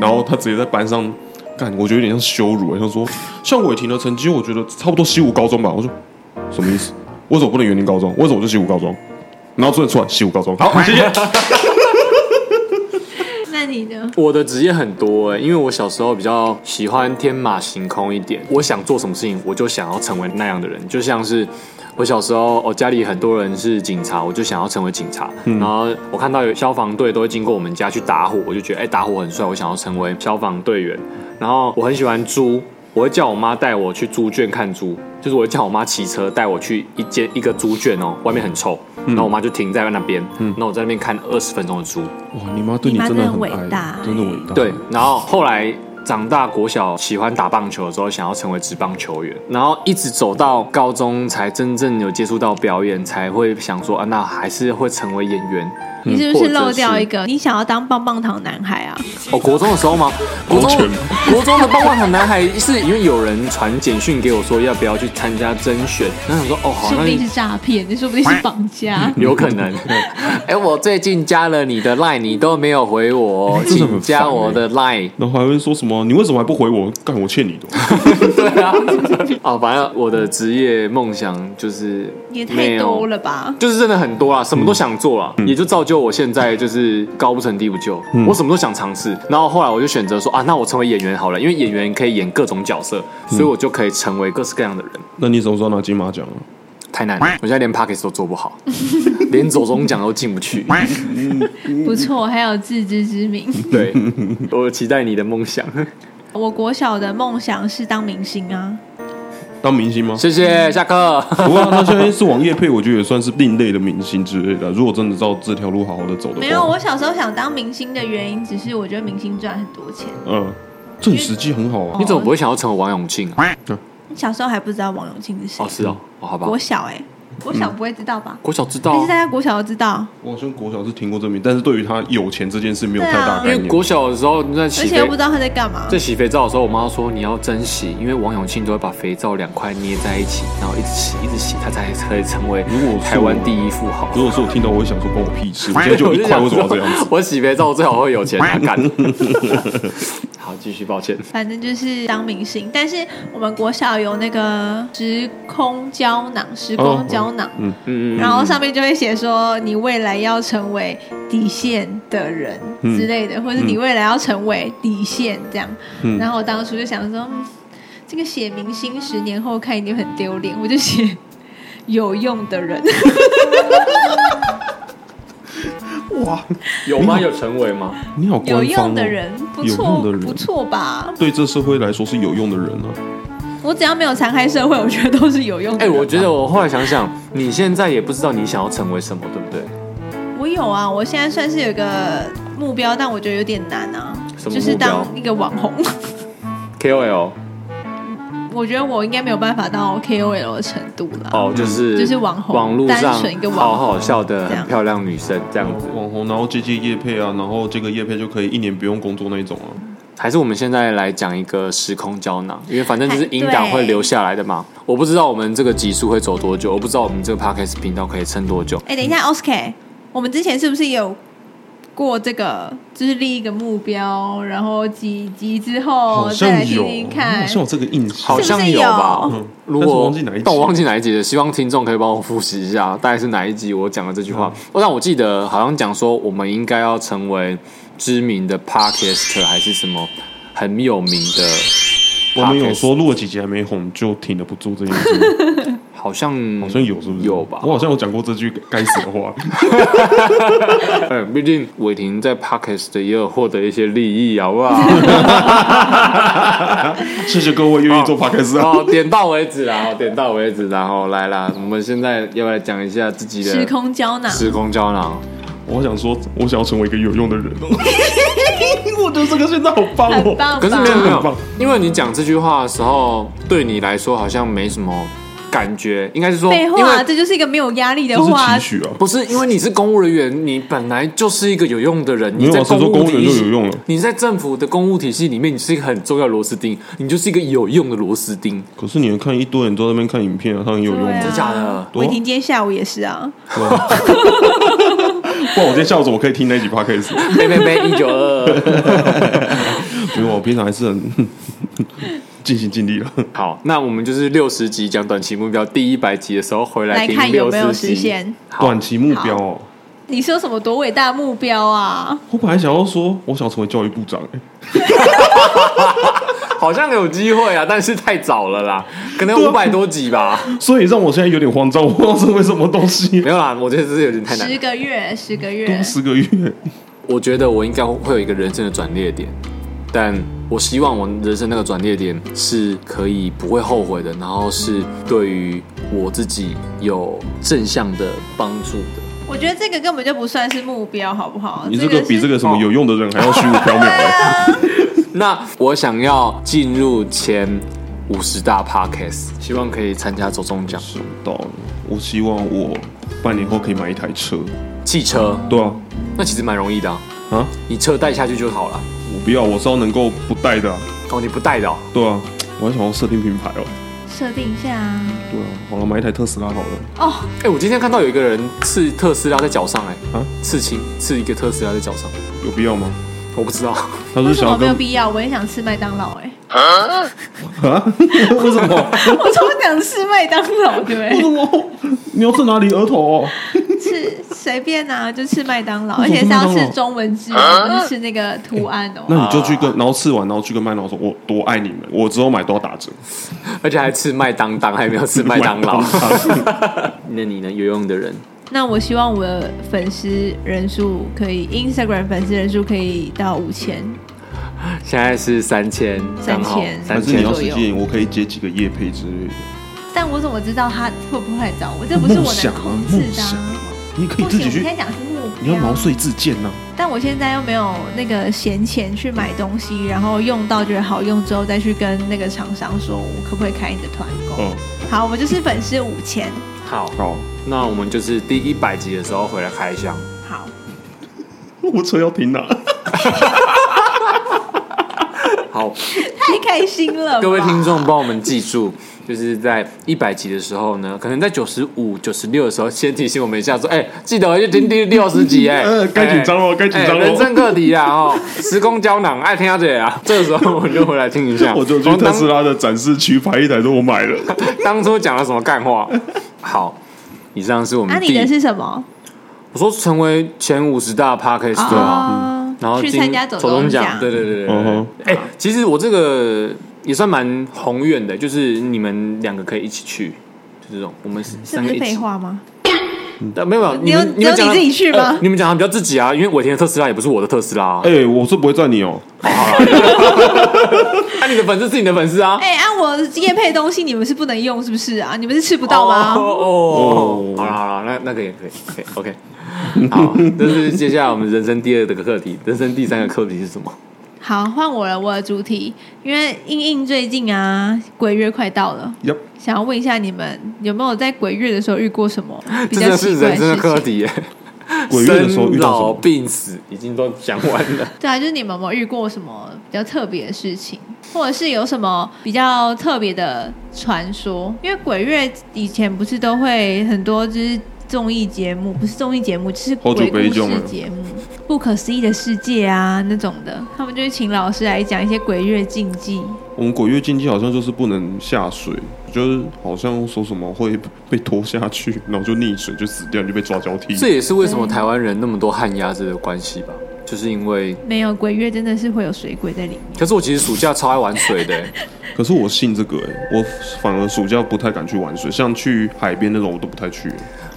Speaker 2: 然后他直接在班上干，我觉得有点像羞辱。欸他说，像伟霆的成绩，我觉得差不多西湖高中吧。我说什么意思？为什么不能园林高中？为什么就西湖高中？然后真的出来西湖高中，好，谢谢。
Speaker 1: 那你呢？
Speaker 4: 我的职业很多哎、因为我小时候比较喜欢天马行空一点，我想做什么事情，我就想要成为那样的人，就像是。我小时候，我、家里很多人是警察，我就想要成为警察。然后我看到有消防队都会经过我们家去打火，我就觉得哎、打火很帅，我想要成为消防队员。然后我很喜欢猪，我会叫我妈带我去猪圈看猪，就是我会叫我妈骑车带我去一间一个猪圈哦，外面很臭，然后我妈就停在那边，那、我在那边看二十分钟的猪。
Speaker 2: 哇，你妈对
Speaker 1: 你
Speaker 2: 你
Speaker 1: 妈
Speaker 2: 真的很
Speaker 1: 真的
Speaker 2: 爱
Speaker 1: 伟大，
Speaker 2: 真的伟大。
Speaker 4: 对，然后后来长大国小喜欢打棒球的时候，想要成为职棒球员，然后一直走到高中才真正有接触到表演，才会想说啊，那还是会成为演员。
Speaker 1: 你是不
Speaker 4: 嗯或
Speaker 1: 是
Speaker 4: 者
Speaker 1: 漏掉
Speaker 4: 是
Speaker 1: 一个？你想要当棒棒糖男孩啊？
Speaker 4: 哦，国中的时候吗？国中
Speaker 2: 完全
Speaker 4: 国中的棒棒糖男孩是因为有人传简讯给我说要不要去参加甄选，然后想说哦
Speaker 1: 说
Speaker 4: 好，嗯那
Speaker 1: 不
Speaker 4: 你
Speaker 1: 定是诈骗，你说不定是绑架。
Speaker 4: 有可能。 哎、我最近加了你的 line，你都没有回 我哦，
Speaker 2: 真的很
Speaker 4: 请加
Speaker 2: 烦
Speaker 4: 我
Speaker 2: 欸
Speaker 4: 的 line。
Speaker 2: 然后还会说什么？你为什么还不回我？干，我欠你的。
Speaker 4: 对啊，哦，反正我的职业梦想就是
Speaker 1: 你也
Speaker 4: 没
Speaker 1: 太
Speaker 4: 有
Speaker 1: 多了吧？
Speaker 4: 就是真的很多啦，啊什么都想做啦，也就造就我现在就是高不成低不就，我什么都想尝试。然后后来我就选择说啊，那我成为演员好了，因为演员可以演各种角色，所以我就可以成为各式各样的人。
Speaker 2: 那你什么时候拿金马奖啊？
Speaker 4: 太难了，我现在连 p o c k e t 都做不 好，连走中奖都进不去。
Speaker 1: 不错，还有自知之明。
Speaker 4: 对，我期待你的梦 想，
Speaker 1: 我国小的梦想是当明星啊，
Speaker 2: 当明星吗？
Speaker 4: 谢谢，下课。
Speaker 2: 不过他现在是网页配，我觉得也算是另类的明星之类的。如果真的照这条路好好的走的话，
Speaker 1: 没有。我小时候想当明星的原因，只是我觉得明星赚很多钱。
Speaker 2: 嗯，这很实际，很好
Speaker 1: 嗯
Speaker 2: 啊。
Speaker 4: 你怎么不会想要成为王永庆啊？
Speaker 1: 小时候还不知道王永庆是谁
Speaker 4: 哦，，是哦，哦好吧
Speaker 1: 国，小哎、国小不会知道吧？
Speaker 4: 国小知道
Speaker 1: 还是大
Speaker 4: 啊。
Speaker 1: 家国小都知道，
Speaker 2: 我好像国小是听过这名，但是对于他有钱这件事没有太大
Speaker 4: 因
Speaker 1: 啊
Speaker 2: 概
Speaker 4: 为
Speaker 2: 念。
Speaker 4: 国小的时候在
Speaker 1: 而
Speaker 4: 起
Speaker 1: 且又
Speaker 4: 飞
Speaker 1: 不知道他在干嘛
Speaker 4: 在。洗肥皂的时候，我妈说你要珍惜，因为王永庆都会把肥皂两块捏在一起，然后一直洗，一直洗，他才可以成为
Speaker 2: 如果是
Speaker 4: 台湾第一富豪。
Speaker 2: 如果说我听到，我会想说关我 屁事，我现在就一块，为什么要这样子？
Speaker 4: 子？ 我洗肥皂最好会有钱拿 干。好，继续，抱歉。
Speaker 1: 反正就是当明星，但是我们国小有那个时空胶囊，时
Speaker 2: 哦
Speaker 1: 空胶囊，
Speaker 2: 嗯，
Speaker 4: 嗯，
Speaker 1: 然后上面就会写说你未来要成为底线的人之类的，或者你未来要成为底线这样。
Speaker 2: 嗯
Speaker 1: 然后我当初就想说，嗯这个写明星十年后看一定很丢脸，我就写有用的人。
Speaker 2: 哦
Speaker 4: 有吗？有成为吗？
Speaker 2: 你好
Speaker 1: 有
Speaker 2: 官方
Speaker 1: 用的
Speaker 2: 哦。
Speaker 1: 人，不
Speaker 2: 有
Speaker 1: 错
Speaker 2: 用的，人
Speaker 1: 不错吧？
Speaker 2: 对这社会来说是有用的人啊，
Speaker 1: 我只要没有残害社会，我觉得都是有用的
Speaker 4: 哎，
Speaker 1: 人吧。
Speaker 4: 我觉得我后来想想，你现在也不知道你想要成为什么，对不对？
Speaker 1: 我有啊，我现在算是有个目标，但我觉得有点难啊，
Speaker 4: 什么
Speaker 1: 就是
Speaker 4: 目标
Speaker 1: 当一个网红。
Speaker 4: KOL
Speaker 1: 我觉得我应该没有办法到 KOL 的程度啦。
Speaker 4: 哦，就是
Speaker 1: 嗯就是网红
Speaker 4: 网络
Speaker 1: 单
Speaker 4: 上
Speaker 1: 纯一个网红
Speaker 4: 好好笑的、
Speaker 1: 这
Speaker 4: 很
Speaker 1: 样
Speaker 4: 漂亮女生这样子。
Speaker 2: 网红，然后接接叶配啊，然后这个叶配就可以一年不用工作那一种啊。
Speaker 4: 还是我们现在来讲一个时空胶囊，因为反正就是
Speaker 1: 哎
Speaker 4: 音档
Speaker 1: 对
Speaker 4: 会留下来的嘛。我不知道我们这个集数会走多久，我不知道我们这个 podcast 频道可以撑多久。
Speaker 1: 哎、等一下，Oscar，我们之前是不是也有过这个，就是立一个目标，然后几集之后
Speaker 2: 好像
Speaker 1: 再来听
Speaker 2: 有，
Speaker 1: 哦
Speaker 4: 啊
Speaker 1: 听
Speaker 2: 好
Speaker 1: 看。
Speaker 2: 像有这个印象，
Speaker 4: 好像
Speaker 1: 有
Speaker 4: 吧？
Speaker 2: 嗯，
Speaker 4: 如
Speaker 2: 但是我
Speaker 4: 果
Speaker 2: 忘记哪一集，
Speaker 4: 但我忘记哪一集了，希望听众可以帮我复习一下，大概是哪一集我讲的这句
Speaker 2: 嗯
Speaker 4: 话。哦但我记得好像讲说，我们应该要成为知名的 podcast 还是什么很有名的，
Speaker 2: 我们有说录了几集还没红就停了不做这件事吗，
Speaker 4: 好像
Speaker 2: 好像嗯有是不是？
Speaker 4: 有吧
Speaker 2: 我好像有讲过这句 该死的话，
Speaker 4: 哎，毕竟伟霆在 podcast 也有获得一些利益，好 不好？
Speaker 2: 谢谢各位愿意做 podcast 啊。
Speaker 4: 哦，点到为止啦，哦点到为止，然后来啦，我们现在要来讲一下自己的
Speaker 1: 时空啊胶囊，
Speaker 4: 时空胶囊。
Speaker 2: 我想说，我想要成为一个有用的人。 我觉得这个现在好棒哦，
Speaker 1: 很棒吧？
Speaker 4: 可是没有没
Speaker 2: 很棒
Speaker 4: 有，因为你讲这句话的时候，对你来说好像没什么感觉，应该是说，
Speaker 1: 废
Speaker 4: 因
Speaker 1: 话，
Speaker 4: 为
Speaker 1: 这就是一个没有压力的
Speaker 2: 这是
Speaker 1: 话
Speaker 2: 期。许啊。
Speaker 4: 不是因为你是公务人员，你本来就是一个有用的人，
Speaker 2: 没
Speaker 4: 你
Speaker 2: 有啊
Speaker 4: 在
Speaker 2: 谁说
Speaker 4: 务
Speaker 2: 公务人
Speaker 4: 体
Speaker 2: 就
Speaker 4: 系
Speaker 2: 有用了
Speaker 4: 你在政府的公务体系里面，你是一个很重要的螺丝钉，你就是一个有用的螺丝钉，
Speaker 2: 可是你们看一堆人都在那边看影片啊，他很有用
Speaker 1: 对
Speaker 2: 啊
Speaker 1: 啊
Speaker 4: 真。的 假的？
Speaker 1: 伟霆今天下午也是啊，
Speaker 2: 不然我今天下午怎么可以听那集 podcast？
Speaker 4: 呸呸呸，一九二二。
Speaker 2: 因为我平常还是很 尽心尽力啊了。
Speaker 4: 好，那我们就是六十集讲短期目标，第一百集的时候回
Speaker 1: 来
Speaker 4: 听
Speaker 1: 看有
Speaker 4: 六
Speaker 1: 没有实
Speaker 4: 十集。
Speaker 1: 现。
Speaker 4: 好
Speaker 2: 短期目标哦，
Speaker 1: 你是有什么多伟大的目标啊？
Speaker 2: 我本来想要说，我想成为教育部长、欸，
Speaker 4: 好像有机会啊，但是太早了 啦，可能五百多集吧。
Speaker 2: 所以让我现在有点慌张，我不知道成为什么东西
Speaker 4: 没。有啦，我觉得这是有点太难
Speaker 1: 十。个月，十个月
Speaker 2: 多，十个月，
Speaker 4: 我觉得我应该会有一个人生的转捩点，但我希望我人生那个转捩点是可以不会后悔的，然后是对于我自己有正向的帮助的。
Speaker 1: 我觉得这个根本就不算是目标，好不好？
Speaker 2: 你这个比这
Speaker 1: 是
Speaker 2: 个什么有用的人还要虚无缥缈、欸。
Speaker 4: 那我想要进入前五十大 podcast，希望可以参加走中奖。
Speaker 2: 想到了，我希望我半年后可以买一台车。
Speaker 4: 汽车，
Speaker 2: 对啊，
Speaker 4: 那其实蛮容易的啊、
Speaker 2: 啊，
Speaker 4: 你车带下去就好了。
Speaker 2: 我不要，我是要能够不带的啊、
Speaker 4: 哦，你不带的、哦，
Speaker 2: 对啊，我还想要设定品牌哦。
Speaker 1: 设定一下啊。
Speaker 2: 对啊，好了，买一台特斯拉好了。
Speaker 1: 哦，
Speaker 4: 哎、我今天看到有一个人刺特斯拉在脚上、哎，
Speaker 2: 啊
Speaker 4: 刺青，刺一个特斯拉在脚上，
Speaker 2: 有必要吗？
Speaker 4: 我不知道，
Speaker 2: 他
Speaker 1: 为
Speaker 2: 是
Speaker 1: 什
Speaker 2: 想
Speaker 1: 么
Speaker 2: 要
Speaker 1: 没
Speaker 2: 跟
Speaker 1: 有必要？我也想吃麦当劳哎，
Speaker 2: 啊？ 为什么？
Speaker 1: 我超想吃麦当劳， 哎对不
Speaker 2: 为什么？你要刺哪里额头、哦？
Speaker 1: 对？吃随便啊，就吃麦当劳，而
Speaker 2: 为
Speaker 1: 且
Speaker 2: 什么
Speaker 1: 是
Speaker 2: 麦
Speaker 1: 要
Speaker 2: 当劳
Speaker 1: 吃中文字，不是吃那个图案哦。
Speaker 2: 那你就去跟，然后刺完，然后去跟麦当劳说，我多爱你们，我之后买都要打折。
Speaker 4: 而且还刺麦当当，还没有刺麦当劳。那你呢？有用的人，
Speaker 1: 那我希望我的粉丝人数可以，Instagram 粉丝人数可以到五千，
Speaker 4: 现在是三千，
Speaker 1: 三千
Speaker 4: 刚好
Speaker 2: 还
Speaker 4: 三
Speaker 2: 是你哦要
Speaker 1: 左。
Speaker 4: 千
Speaker 2: 实
Speaker 1: 右
Speaker 2: 际，我可以接几个夜配之类的。
Speaker 1: 但我怎么知道他会不会来找我？这不是我能控制
Speaker 2: 梦
Speaker 1: 的
Speaker 2: 想啊
Speaker 1: 啊。
Speaker 2: 你可以
Speaker 1: 不
Speaker 2: 自
Speaker 1: 行，
Speaker 2: 己
Speaker 1: 我
Speaker 2: 去
Speaker 1: 现，在讲是目标。
Speaker 2: 你要毛遂自荐呐、
Speaker 1: 但我现在又没有那个闲钱去买东西，然后用到觉得好用之后再去跟那个厂商说，我可不可以开你的团购？
Speaker 4: 哦
Speaker 2: 嗯，
Speaker 1: 好，我们就是粉丝五千。
Speaker 4: 好，
Speaker 2: 好，
Speaker 4: 那我们就是第一百集的时候回来开箱。
Speaker 1: 好，
Speaker 2: 哦我车要停哪？
Speaker 4: 好，
Speaker 1: 太开心 了吧，
Speaker 4: 各位听众帮我们记住，就是在一百集的时候呢，可能在九十五、九十六的时候，先提醒我们一下，说，哎、记得要听第六十集、哎、
Speaker 2: 呃 该紧张咯
Speaker 4: 哎
Speaker 2: 该紧张咯
Speaker 4: 哎人生课题啊，哦，时空胶囊，爱听到这里啊，这个时候我们就回来听一下，
Speaker 2: 我就去
Speaker 4: 从
Speaker 2: 特
Speaker 4: 当
Speaker 2: 斯拉的展示区拍一台，说我买了。
Speaker 4: 当初讲了什么干话。好，以上是我
Speaker 1: 啊，
Speaker 4: 们第
Speaker 1: 你的是哦什么？
Speaker 4: 我说成为前五十大 podcast 啊，
Speaker 1: 啊，
Speaker 4: 然后
Speaker 1: 去
Speaker 4: 今
Speaker 1: 参加走
Speaker 4: 走动
Speaker 1: 奖，
Speaker 4: 对对对
Speaker 2: 嗯
Speaker 4: 对对对
Speaker 2: 哼。
Speaker 4: 哎、其实我这个也算蛮宏愿的，就是你们两个可以一起去，就这种，我们
Speaker 1: 这
Speaker 4: 三
Speaker 1: 不
Speaker 4: 个
Speaker 1: 是
Speaker 4: 一
Speaker 1: 废
Speaker 4: 起。呃
Speaker 1: 话吗？
Speaker 4: 但没有没有，
Speaker 1: 你
Speaker 4: 你
Speaker 1: 有
Speaker 4: 们
Speaker 1: 只
Speaker 4: 们
Speaker 1: 有你
Speaker 4: 讲的
Speaker 1: 自己去吗
Speaker 4: 呃你们讲的比较自己啊，因为伟霆的特斯拉也不是我的特斯拉啊。
Speaker 2: 哎、我是不会赞你哦、
Speaker 4: 啊，你的粉丝是你的粉丝啊。
Speaker 1: 哎、按我夜配东西，你们是不能用，是不是啊？你们是吃不到吗？
Speaker 4: 哦哦，哦
Speaker 2: 哦
Speaker 4: 好了好了，那那个也可以可以，OK。好， 这是接下来我们人生第二个课题，人生第三个课题是什么？
Speaker 1: 好，换我了，我的主题，因为应应最近啊，鬼月快到了。
Speaker 2: y
Speaker 1: 想要问一下你们有没有在鬼月的时候遇过什 么比
Speaker 4: 这
Speaker 1: 较
Speaker 4: 真的是
Speaker 1: 奇怪的
Speaker 4: 人生的
Speaker 1: 事
Speaker 4: 课
Speaker 1: 情？
Speaker 4: 题耶。
Speaker 2: 鬼月的时候遇
Speaker 4: 生
Speaker 2: 到什
Speaker 4: 老
Speaker 2: 么？
Speaker 4: 病死已经都讲完了。
Speaker 1: 对啊，就是你们有没有遇过什么比较特别的事情，或者是有什么比较特别的传说？因为鬼月以前不是都会很多就是综艺节目，不是综艺节目，就是
Speaker 2: 好久
Speaker 1: 鬼
Speaker 2: 没
Speaker 1: 故
Speaker 2: 用
Speaker 1: 事
Speaker 2: 了
Speaker 1: 节目，不可思议的世界啊那种的，他们就会请老师来讲一些鬼月禁忌。
Speaker 2: 我们鬼月禁忌好像就是不能下水，就是好像说什么会被拖下去， 然后就溺水就死掉，你就被抓交替。
Speaker 4: 这也是为什么台湾人那么多旱鸭子的关系吧，就是因为。
Speaker 1: 没有鬼月真的是会有水鬼在里面。
Speaker 4: 可是我其实暑假超爱玩水的、欸
Speaker 2: 可是我信这个、欸，我反而暑假不太敢去玩水，像去海边那种我都不太去，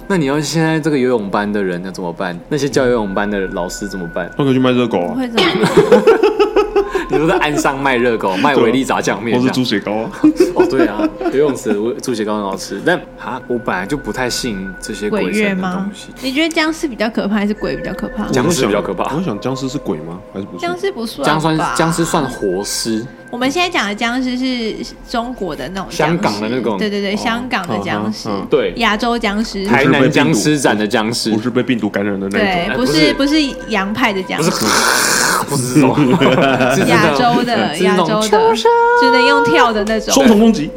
Speaker 4: 那你要现在这个游泳班的人要怎么办？那些教游泳班的老师怎么办？
Speaker 2: 那可以去卖热狗啊，
Speaker 1: 会 怎么
Speaker 4: 你说在岸上卖热 狗、卖维力炸酱面
Speaker 2: 或
Speaker 4: 这
Speaker 2: 是
Speaker 4: 样，
Speaker 2: 猪血糕啊。
Speaker 4: 哦，对啊，游泳池的猪血糕很好吃，但啊，我本来就不太信这些
Speaker 1: 鬼
Speaker 4: 鬼
Speaker 1: 月
Speaker 4: 神的
Speaker 1: 吗
Speaker 4: 东西。？
Speaker 1: 你觉得僵尸比较可怕还是鬼比较可怕？
Speaker 4: 僵尸
Speaker 2: 我在想
Speaker 4: 比较可怕
Speaker 2: 我在想僵尸是鬼吗？还是不是？
Speaker 1: 僵尸不算吧，
Speaker 4: 僵尸僵尸算活尸，
Speaker 1: 我们现在讲的僵尸是中国的那种僵尸，
Speaker 4: 香港的那种哦
Speaker 1: 对对对，香港的僵尸，
Speaker 2: 嗯嗯嗯
Speaker 4: 对
Speaker 1: 亚洲僵尸，
Speaker 4: 台南僵尸展的僵尸
Speaker 2: 不，是被病毒感染的那
Speaker 1: 对
Speaker 2: 种。，
Speaker 1: 不
Speaker 4: 哎
Speaker 1: 是
Speaker 4: 不
Speaker 1: 不是洋派的僵
Speaker 4: 不
Speaker 1: 尸
Speaker 4: 是， 不是 这种，是
Speaker 1: 亚洲的
Speaker 4: 是
Speaker 1: 亚
Speaker 4: 那种
Speaker 1: 洲的，只能用跳的那
Speaker 2: 双
Speaker 1: 种。
Speaker 2: 重攻击，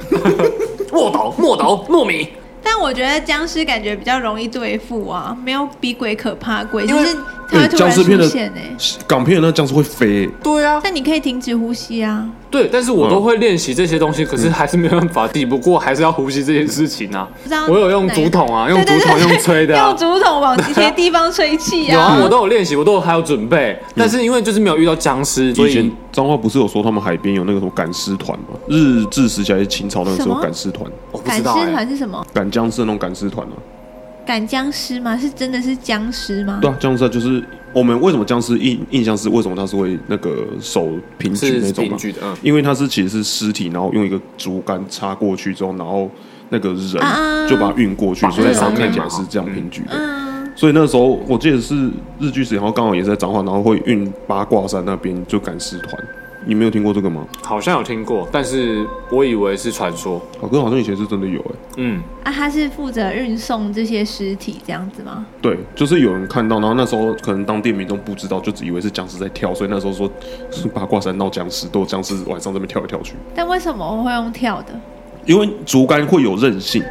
Speaker 4: 卧倒卧倒糯米，
Speaker 1: 但我觉得僵尸感觉比较容易对付啊，没有比鬼可怕，鬼
Speaker 4: 因
Speaker 1: 就
Speaker 4: 为
Speaker 1: 是它会突
Speaker 2: 僵
Speaker 1: 然
Speaker 2: 尸片
Speaker 1: 出
Speaker 2: 的
Speaker 1: 现哎，
Speaker 2: 港片的那僵尸会飞、欸
Speaker 4: 对啊，
Speaker 1: 但你可以停止呼吸啊。
Speaker 4: 对，但是我
Speaker 2: 嗯
Speaker 4: 都会练习这些东西，可是还是没办法，抵不过还是要呼吸这些事情啊
Speaker 1: 不知道。
Speaker 4: 我有用
Speaker 1: 哪个
Speaker 4: 竹筒啊，
Speaker 1: 对
Speaker 4: 用
Speaker 1: 对
Speaker 4: 竹 筒
Speaker 1: 对
Speaker 4: 用吹的啊
Speaker 1: 用。竹筒往一些地方吹气
Speaker 4: 有啊，
Speaker 1: 啊
Speaker 4: 我。都有练习，我都有还有准备，但是因为就是没有遇到僵尸，
Speaker 2: 嗯
Speaker 4: 所
Speaker 2: 以前
Speaker 4: 以
Speaker 2: 彰化不是有说他们海边有那个什么赶尸团吗？日治时期还是清朝那个时
Speaker 1: 什
Speaker 2: 候
Speaker 1: 么
Speaker 2: 赶尸团，
Speaker 4: 我不
Speaker 1: 赶
Speaker 4: 知
Speaker 1: 尸
Speaker 4: 道哎，
Speaker 1: 团是什么？
Speaker 2: 赶僵尸的那种赶尸团啊。
Speaker 1: 赶僵尸吗？是真的是僵尸吗？
Speaker 2: 对啊，僵尸就是我们为什么僵尸印印象是为什么它是会那个手平举那
Speaker 4: 是
Speaker 2: 种
Speaker 4: 平
Speaker 2: 嘛？
Speaker 4: 举的，嗯，
Speaker 2: 因为它是其实是尸体，然后用一个竹竿插过去之后，然后那个
Speaker 1: 啊
Speaker 2: 人就把它运过去，
Speaker 4: 绑在
Speaker 2: 所以它
Speaker 4: 上面
Speaker 2: 看起来
Speaker 4: 嘛
Speaker 2: 是这样平举的。
Speaker 1: 嗯，
Speaker 2: 所以那时候我记得是日剧时，然后刚好也是在彰化，然后会运八卦山那边就赶尸团。你没有听过这个吗？
Speaker 4: 好像有听过，但是我以为是传说，
Speaker 2: 好哥好像以前是真的有哎、
Speaker 4: 嗯，
Speaker 1: 啊，他是负责运送这些尸体这样子吗？
Speaker 2: 对，就是有人看到，然后那时候可能当地民众不知道，就只以为是僵尸在跳，所以那时候说是八卦山闹僵尸，都有僵尸晚上这边跳来跳去，
Speaker 1: 但为什么我会用跳的？
Speaker 2: 因为竹竿会有韧性，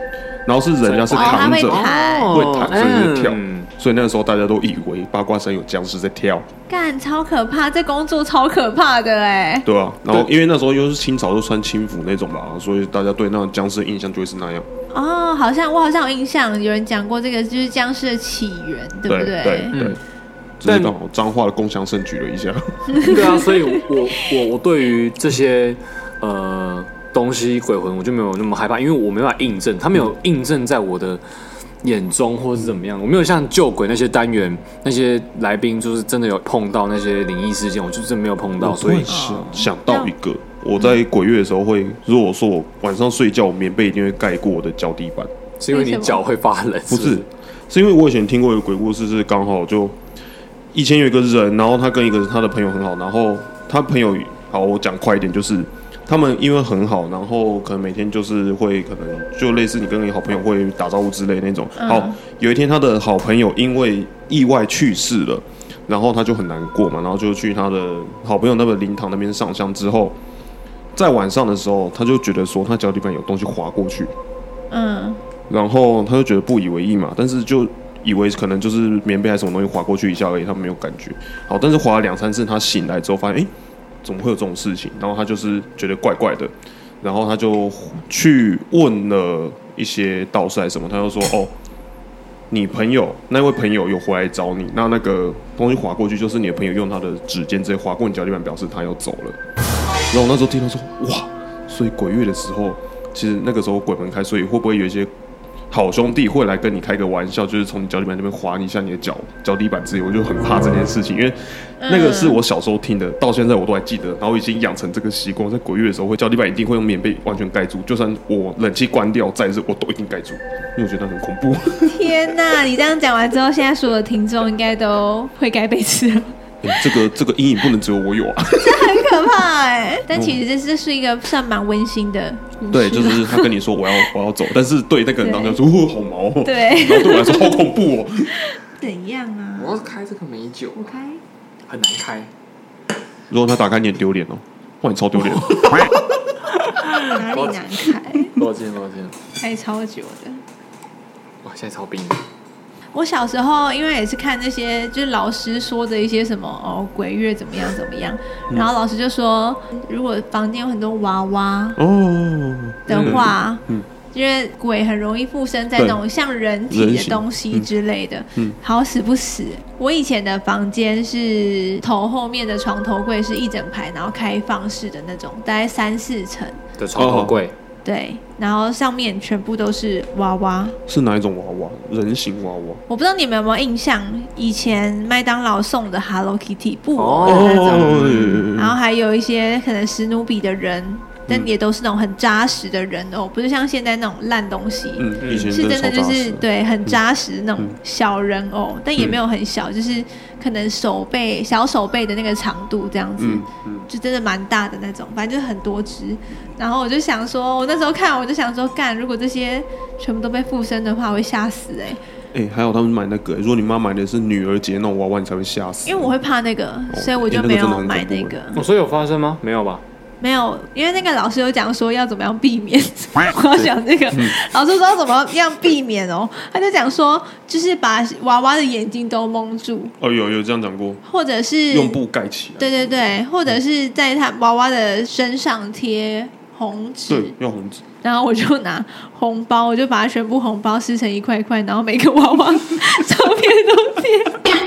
Speaker 2: 然后是人家是
Speaker 4: 哦
Speaker 1: 它
Speaker 2: 扛
Speaker 1: 会
Speaker 2: 着，
Speaker 1: 弹
Speaker 2: 会弹，所以就会跳。
Speaker 4: 嗯
Speaker 2: 所以那个时候大家都以为八卦山有僵尸在跳，
Speaker 1: 干，超可怕！这工作超可怕的哎、
Speaker 2: 对啊。然后因为那时候又是清朝，都穿清服那种吧，所以大家对那种僵尸的印象就会是那样。
Speaker 1: 哦，好像我好像有印象，有人讲过这个就是僵尸的起源，对不
Speaker 2: 对对
Speaker 4: 嗯
Speaker 2: 对，只是刚好彰化的宫墙盛举了一下，
Speaker 4: 对啊，所以我我我对于这些呃东西鬼魂，我就没有那么害怕，因为我没办法印证，他没有印证在我的眼中或是怎么样，我没有像救鬼那些单元那些来宾，就是真的有碰到那些灵异事件，我就真的没有 碰到，
Speaker 2: 我突
Speaker 4: 所以
Speaker 2: 然想想到一个，我在鬼月的时候会，如果说我晚上睡觉，我棉被一定会盖过我的脚底板，
Speaker 4: 是因
Speaker 1: 为
Speaker 4: 为你
Speaker 1: 什么
Speaker 4: 脚会发冷，
Speaker 2: 不
Speaker 4: 是
Speaker 2: 是，是因为我以前听过一个鬼故事，是刚好就以前有一个人，然后他跟一个他的朋友很好，然后他朋友好，我讲快一点，就是他们因为很好，然后可能每天就是会可能就类似你跟你好朋友会打招呼之类那种。好，有一天他的好朋友因为意外去世了，然后他就很难过嘛，然后就去他的好朋友那个灵堂那边上香之后。在晚上的时候，他就觉得说他脚底板有东西滑过去，
Speaker 1: 嗯，
Speaker 2: 然后他就觉得不以为意嘛，但是就以为可能就是棉被还是什么东西划过去一下而已，他没有感觉。好，但是划了两三次，他醒来之后发现，哎，怎么会有这种事情？然后他就是觉得怪怪的，然后他就去问了一些道士还是什么，他就说，哦，你朋友那位朋友有回来找你，那那个东西划过去，就是你的朋友用他的指尖直接划过你脚底板，表示他要走了。然后我那时候听到说，哇，所以鬼月的时候，其实那个时候鬼门开，所以会不会有一些好兄弟会来跟你开个玩笑，就是从你脚底板那边划你一下你的脚脚底板之类，我就很怕这件事情，因为那个是我小时候听的，到现在我都还记得，然后已经养成这个习惯，在鬼月的时候会脚底板一定会用棉被完全盖住，就算我冷气关掉再热，我都一定盖住，因为我觉得很恐怖。
Speaker 1: 天哪！你这样讲完之后，现在所有的听众应该都会盖被子了，
Speaker 2: 欸这个这个阴影不能只有我有啊。
Speaker 1: 很可怕哎、但其实这这是一个算蛮温馨的故事，
Speaker 2: 对，就是他跟你说我要我要走，但是对那个人当时说哦好毛哦，
Speaker 1: 对
Speaker 2: 然后对我来说好恐怖哦。
Speaker 1: 怎样啊？
Speaker 4: 我要开这个美酒
Speaker 1: 我开，
Speaker 4: 很难开，
Speaker 2: 如果他打开你很丢脸哦，哇你超丢 脸。
Speaker 1: 哪里难开？
Speaker 4: 抱歉抱歉，
Speaker 1: 开超久的。
Speaker 4: 哇，现在超冰的，
Speaker 1: 我小时候因为也是看那些就是老师说的一些什么哦鬼月怎么样怎么样，
Speaker 4: 嗯
Speaker 1: 然后老师就说，如果房间有很多娃娃
Speaker 2: 哦，
Speaker 1: 的话，
Speaker 4: 嗯
Speaker 1: 因为鬼很容易附身在那
Speaker 2: 对
Speaker 1: 种像人体
Speaker 2: 人
Speaker 1: 的
Speaker 2: 形
Speaker 1: 东西之类的，
Speaker 4: 嗯
Speaker 1: 好死不死，我以前的房间是头后面的床头柜是一整排，然后开放式的那种，大概三四层，
Speaker 4: 的床头柜，
Speaker 1: 对，然后上面全部都是娃娃，
Speaker 2: 是哪一种娃娃？人形娃娃？
Speaker 1: 我不知道你们有没有印象，以前麦当劳送的 Hello Kitty 布偶的那种，
Speaker 2: 哦，
Speaker 1: 然后还有一些可能史努比的人，
Speaker 2: 嗯
Speaker 1: 但也都是那种很扎实的人偶，不是像现在那种烂东西。
Speaker 2: 嗯，嗯以前
Speaker 1: 是真
Speaker 2: 真
Speaker 1: 的
Speaker 2: 超
Speaker 1: 就
Speaker 2: 扎
Speaker 1: 是
Speaker 2: 实。
Speaker 1: 对很扎实的那种小人偶，但也没有很小，就是可能手背小手背的那个长度这样子，
Speaker 2: 嗯
Speaker 1: 就真的蛮大的那种，反正就是很多只。然后我就想说，我那时候看我就想说，干如果这些全部都被附身的话，我会吓死哎、
Speaker 2: 哎，还有他们买那个，如果你妈买的是女儿节那种娃娃，你才会吓死。
Speaker 1: 因为我会怕那个，所以我
Speaker 2: 诶
Speaker 1: 就
Speaker 2: 哦哎
Speaker 1: 没
Speaker 2: 那个真的
Speaker 1: 有
Speaker 2: 很
Speaker 1: 买
Speaker 2: 恐
Speaker 1: 那
Speaker 2: 怖啊
Speaker 1: 个。
Speaker 4: 哦所以有发生吗？没有吧？
Speaker 1: 没有，因为那个老师有讲说要怎么样避免， 我要讲这个、
Speaker 2: 嗯
Speaker 1: 老师说要怎么样避免哦，他就讲说就是把娃娃的眼睛都蒙住，
Speaker 2: 哦，有有这样讲过，
Speaker 1: 或者是
Speaker 2: 用布盖起来。
Speaker 1: 对对对，或者是在他娃娃的身上贴红纸
Speaker 2: 对，，用红纸。
Speaker 1: 然后我就拿红包，我就把它全部红包撕成一块一块，然后每个娃 娃照片都贴。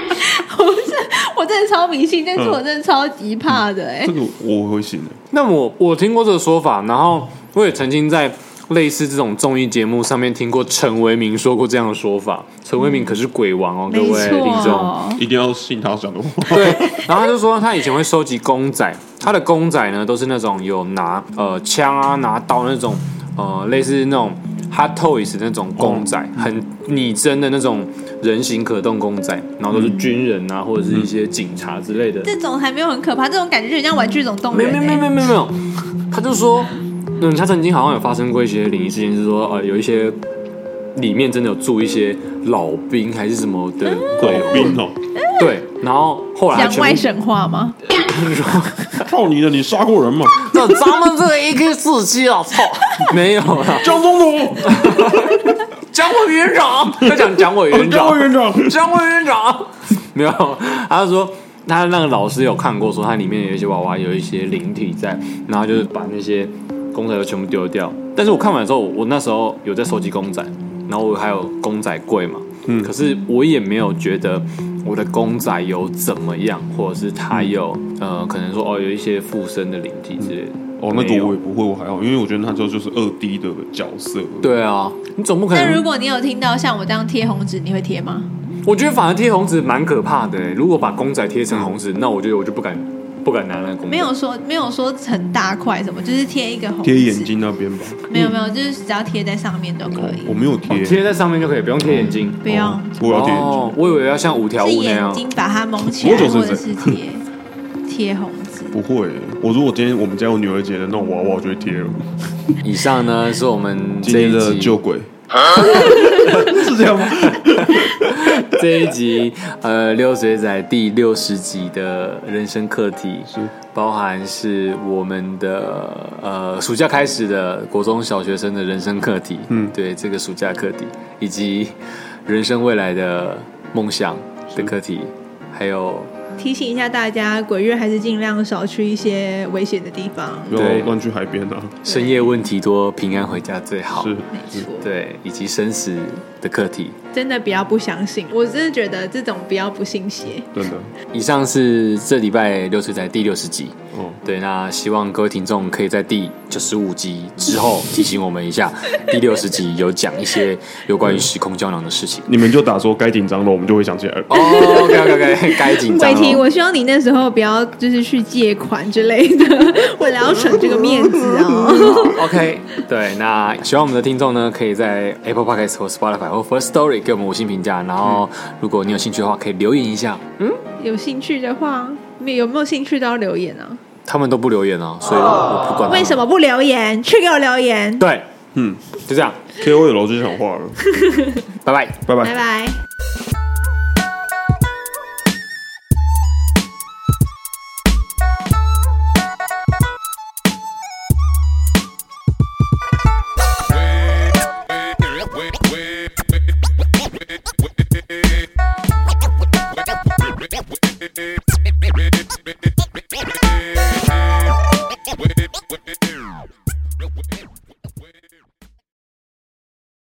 Speaker 1: 我是我真的超迷信，
Speaker 2: 嗯
Speaker 1: 但是我真的超级怕的哎、
Speaker 2: 这个我会信的。
Speaker 4: 那我我听过这个说法，然后我也曾经在类似这种综艺节目上面听过陈为民说过这样的说法。陈为民可是鬼王哦，各
Speaker 1: 嗯没
Speaker 4: 位听 众。
Speaker 1: 错，
Speaker 2: 一定要信他讲的话。
Speaker 4: 对，然后他就说他以前会收集公仔，他的公仔呢都是那种有拿呃枪啊、拿刀那种呃类似那种 hot toys 那种公仔，很拟真的那种人形可动公仔，然后都是军人啊、或者是一些警察之类的。
Speaker 1: 这种还没有很可怕，这种感觉就很像玩具总动
Speaker 4: 没
Speaker 1: 员、
Speaker 4: 有
Speaker 1: 欸。
Speaker 4: 没有没有没有没有没 有，他就说，嗯，他曾经好像有发生过一些灵异事件，就是说呃有一些里面真的有住一些老兵还是什么的鬼，
Speaker 2: 兵哦，
Speaker 4: 对，然后后来
Speaker 1: 嗯
Speaker 4: 他
Speaker 1: 讲
Speaker 4: 全
Speaker 1: 外
Speaker 4: 部
Speaker 1: 省话吗？
Speaker 2: 靠你的，你杀过人吗？
Speaker 4: 那咱们 这一个四期啊， 操，没有 了，
Speaker 2: 江总统，
Speaker 4: 蒋委员长，他讲蒋委
Speaker 2: 江
Speaker 4: 员长
Speaker 2: 委，员长，
Speaker 4: 蒋委员长， 没有，他就说。他那个老师有看过，说它里面有一些娃娃有一些灵体在，然后就是把那些公仔都全部丢掉。但是我看完之后，我那时候有在收集公仔，然后我还有公仔柜嘛，嗯，可是我也没有觉得我的公仔有怎么样，或者是它有呃，可能说哦有一些附身的灵体之类的。
Speaker 2: 哦，那
Speaker 4: 没
Speaker 2: 个
Speaker 4: 有
Speaker 2: 我也不会，我还好，因为我觉得那时候就是二 D 的角色。，
Speaker 4: 对啊，你总不可
Speaker 1: 那如
Speaker 4: 能。
Speaker 1: 果你有听到像我这样贴红纸，你会贴吗？
Speaker 4: 我觉得反而贴红纸蛮可怕的欸。如果把公仔贴成红纸，那我觉得我就不敢不敢拿那个公仔。
Speaker 1: 没有说没有说很大块什么，就是贴一个红纸
Speaker 2: 贴眼，睛那边吧，
Speaker 1: 没有没有，就是只要贴在上面都可以，
Speaker 2: 我没有
Speaker 4: 哦，
Speaker 2: 贴，
Speaker 4: 贴在上面就可以，不用贴眼睛。
Speaker 1: 不用
Speaker 2: 我要贴眼睛。
Speaker 4: 哦，我以为要像五条
Speaker 1: 是
Speaker 4: 悟那
Speaker 1: 眼
Speaker 4: 样。
Speaker 1: 睛把它蒙起来，
Speaker 2: 我就是
Speaker 1: 或者是贴贴红纸。
Speaker 2: 不会，我如果今天我们家有女儿节的那种娃娃，我就会贴了。
Speaker 4: 以上呢是我们
Speaker 2: 今
Speaker 4: 这
Speaker 2: 天
Speaker 4: 一
Speaker 2: 的
Speaker 4: 集
Speaker 2: 救鬼 是这样吗？
Speaker 4: 这一集呃六水仔第六十集的人生课题
Speaker 2: 是
Speaker 4: 包含是我们的呃暑假开始的国中小学生的人生课题，嗯，对这个暑假课题，以及人生未来的梦想的课题，还有
Speaker 1: 提醒一下大家，鬼月还是尽量少去一些危险的地方。
Speaker 2: 不要
Speaker 4: 对
Speaker 2: 乱去海边啊！
Speaker 4: 深夜问题多，平安回家最好，
Speaker 2: 是，
Speaker 1: 没错，
Speaker 4: 对，以及生死的课题。
Speaker 1: 真的不要不相信，我真的觉得这种不要不信邪。
Speaker 2: 真的
Speaker 4: 以上是这礼拜六水仔第六十集。
Speaker 2: 哦。
Speaker 4: 对，那希望各位听众可以在第九十五集之后提醒我们一下，第六十集有讲一些有关于时空胶囊的事情。
Speaker 2: 你们就打说该紧张了，我们就会想起来。
Speaker 4: 哦，OK OK OK，该紧张
Speaker 1: 伟霆，
Speaker 4: 了。
Speaker 1: 我希望你那时候不要就是去借款之类的，为了要省这个面子哦。
Speaker 4: 好 OK，对，那喜欢我们的听众呢，可以在 Apple Podcast 或 Spotify 或 First Story 给我们五星评价，然后
Speaker 1: 嗯
Speaker 4: 如果你有兴趣的话，可以留言一下。
Speaker 1: 有兴趣的话，没有没有兴趣都要留言啊？
Speaker 4: 他们都不留言哦，所以我不管。
Speaker 1: 为什？么不留言？去给我留言，
Speaker 4: 对，
Speaker 2: 嗯
Speaker 4: 就这样，
Speaker 2: ，KOL 最想画了，
Speaker 4: 拜拜。
Speaker 2: 拜拜
Speaker 1: 拜。拜。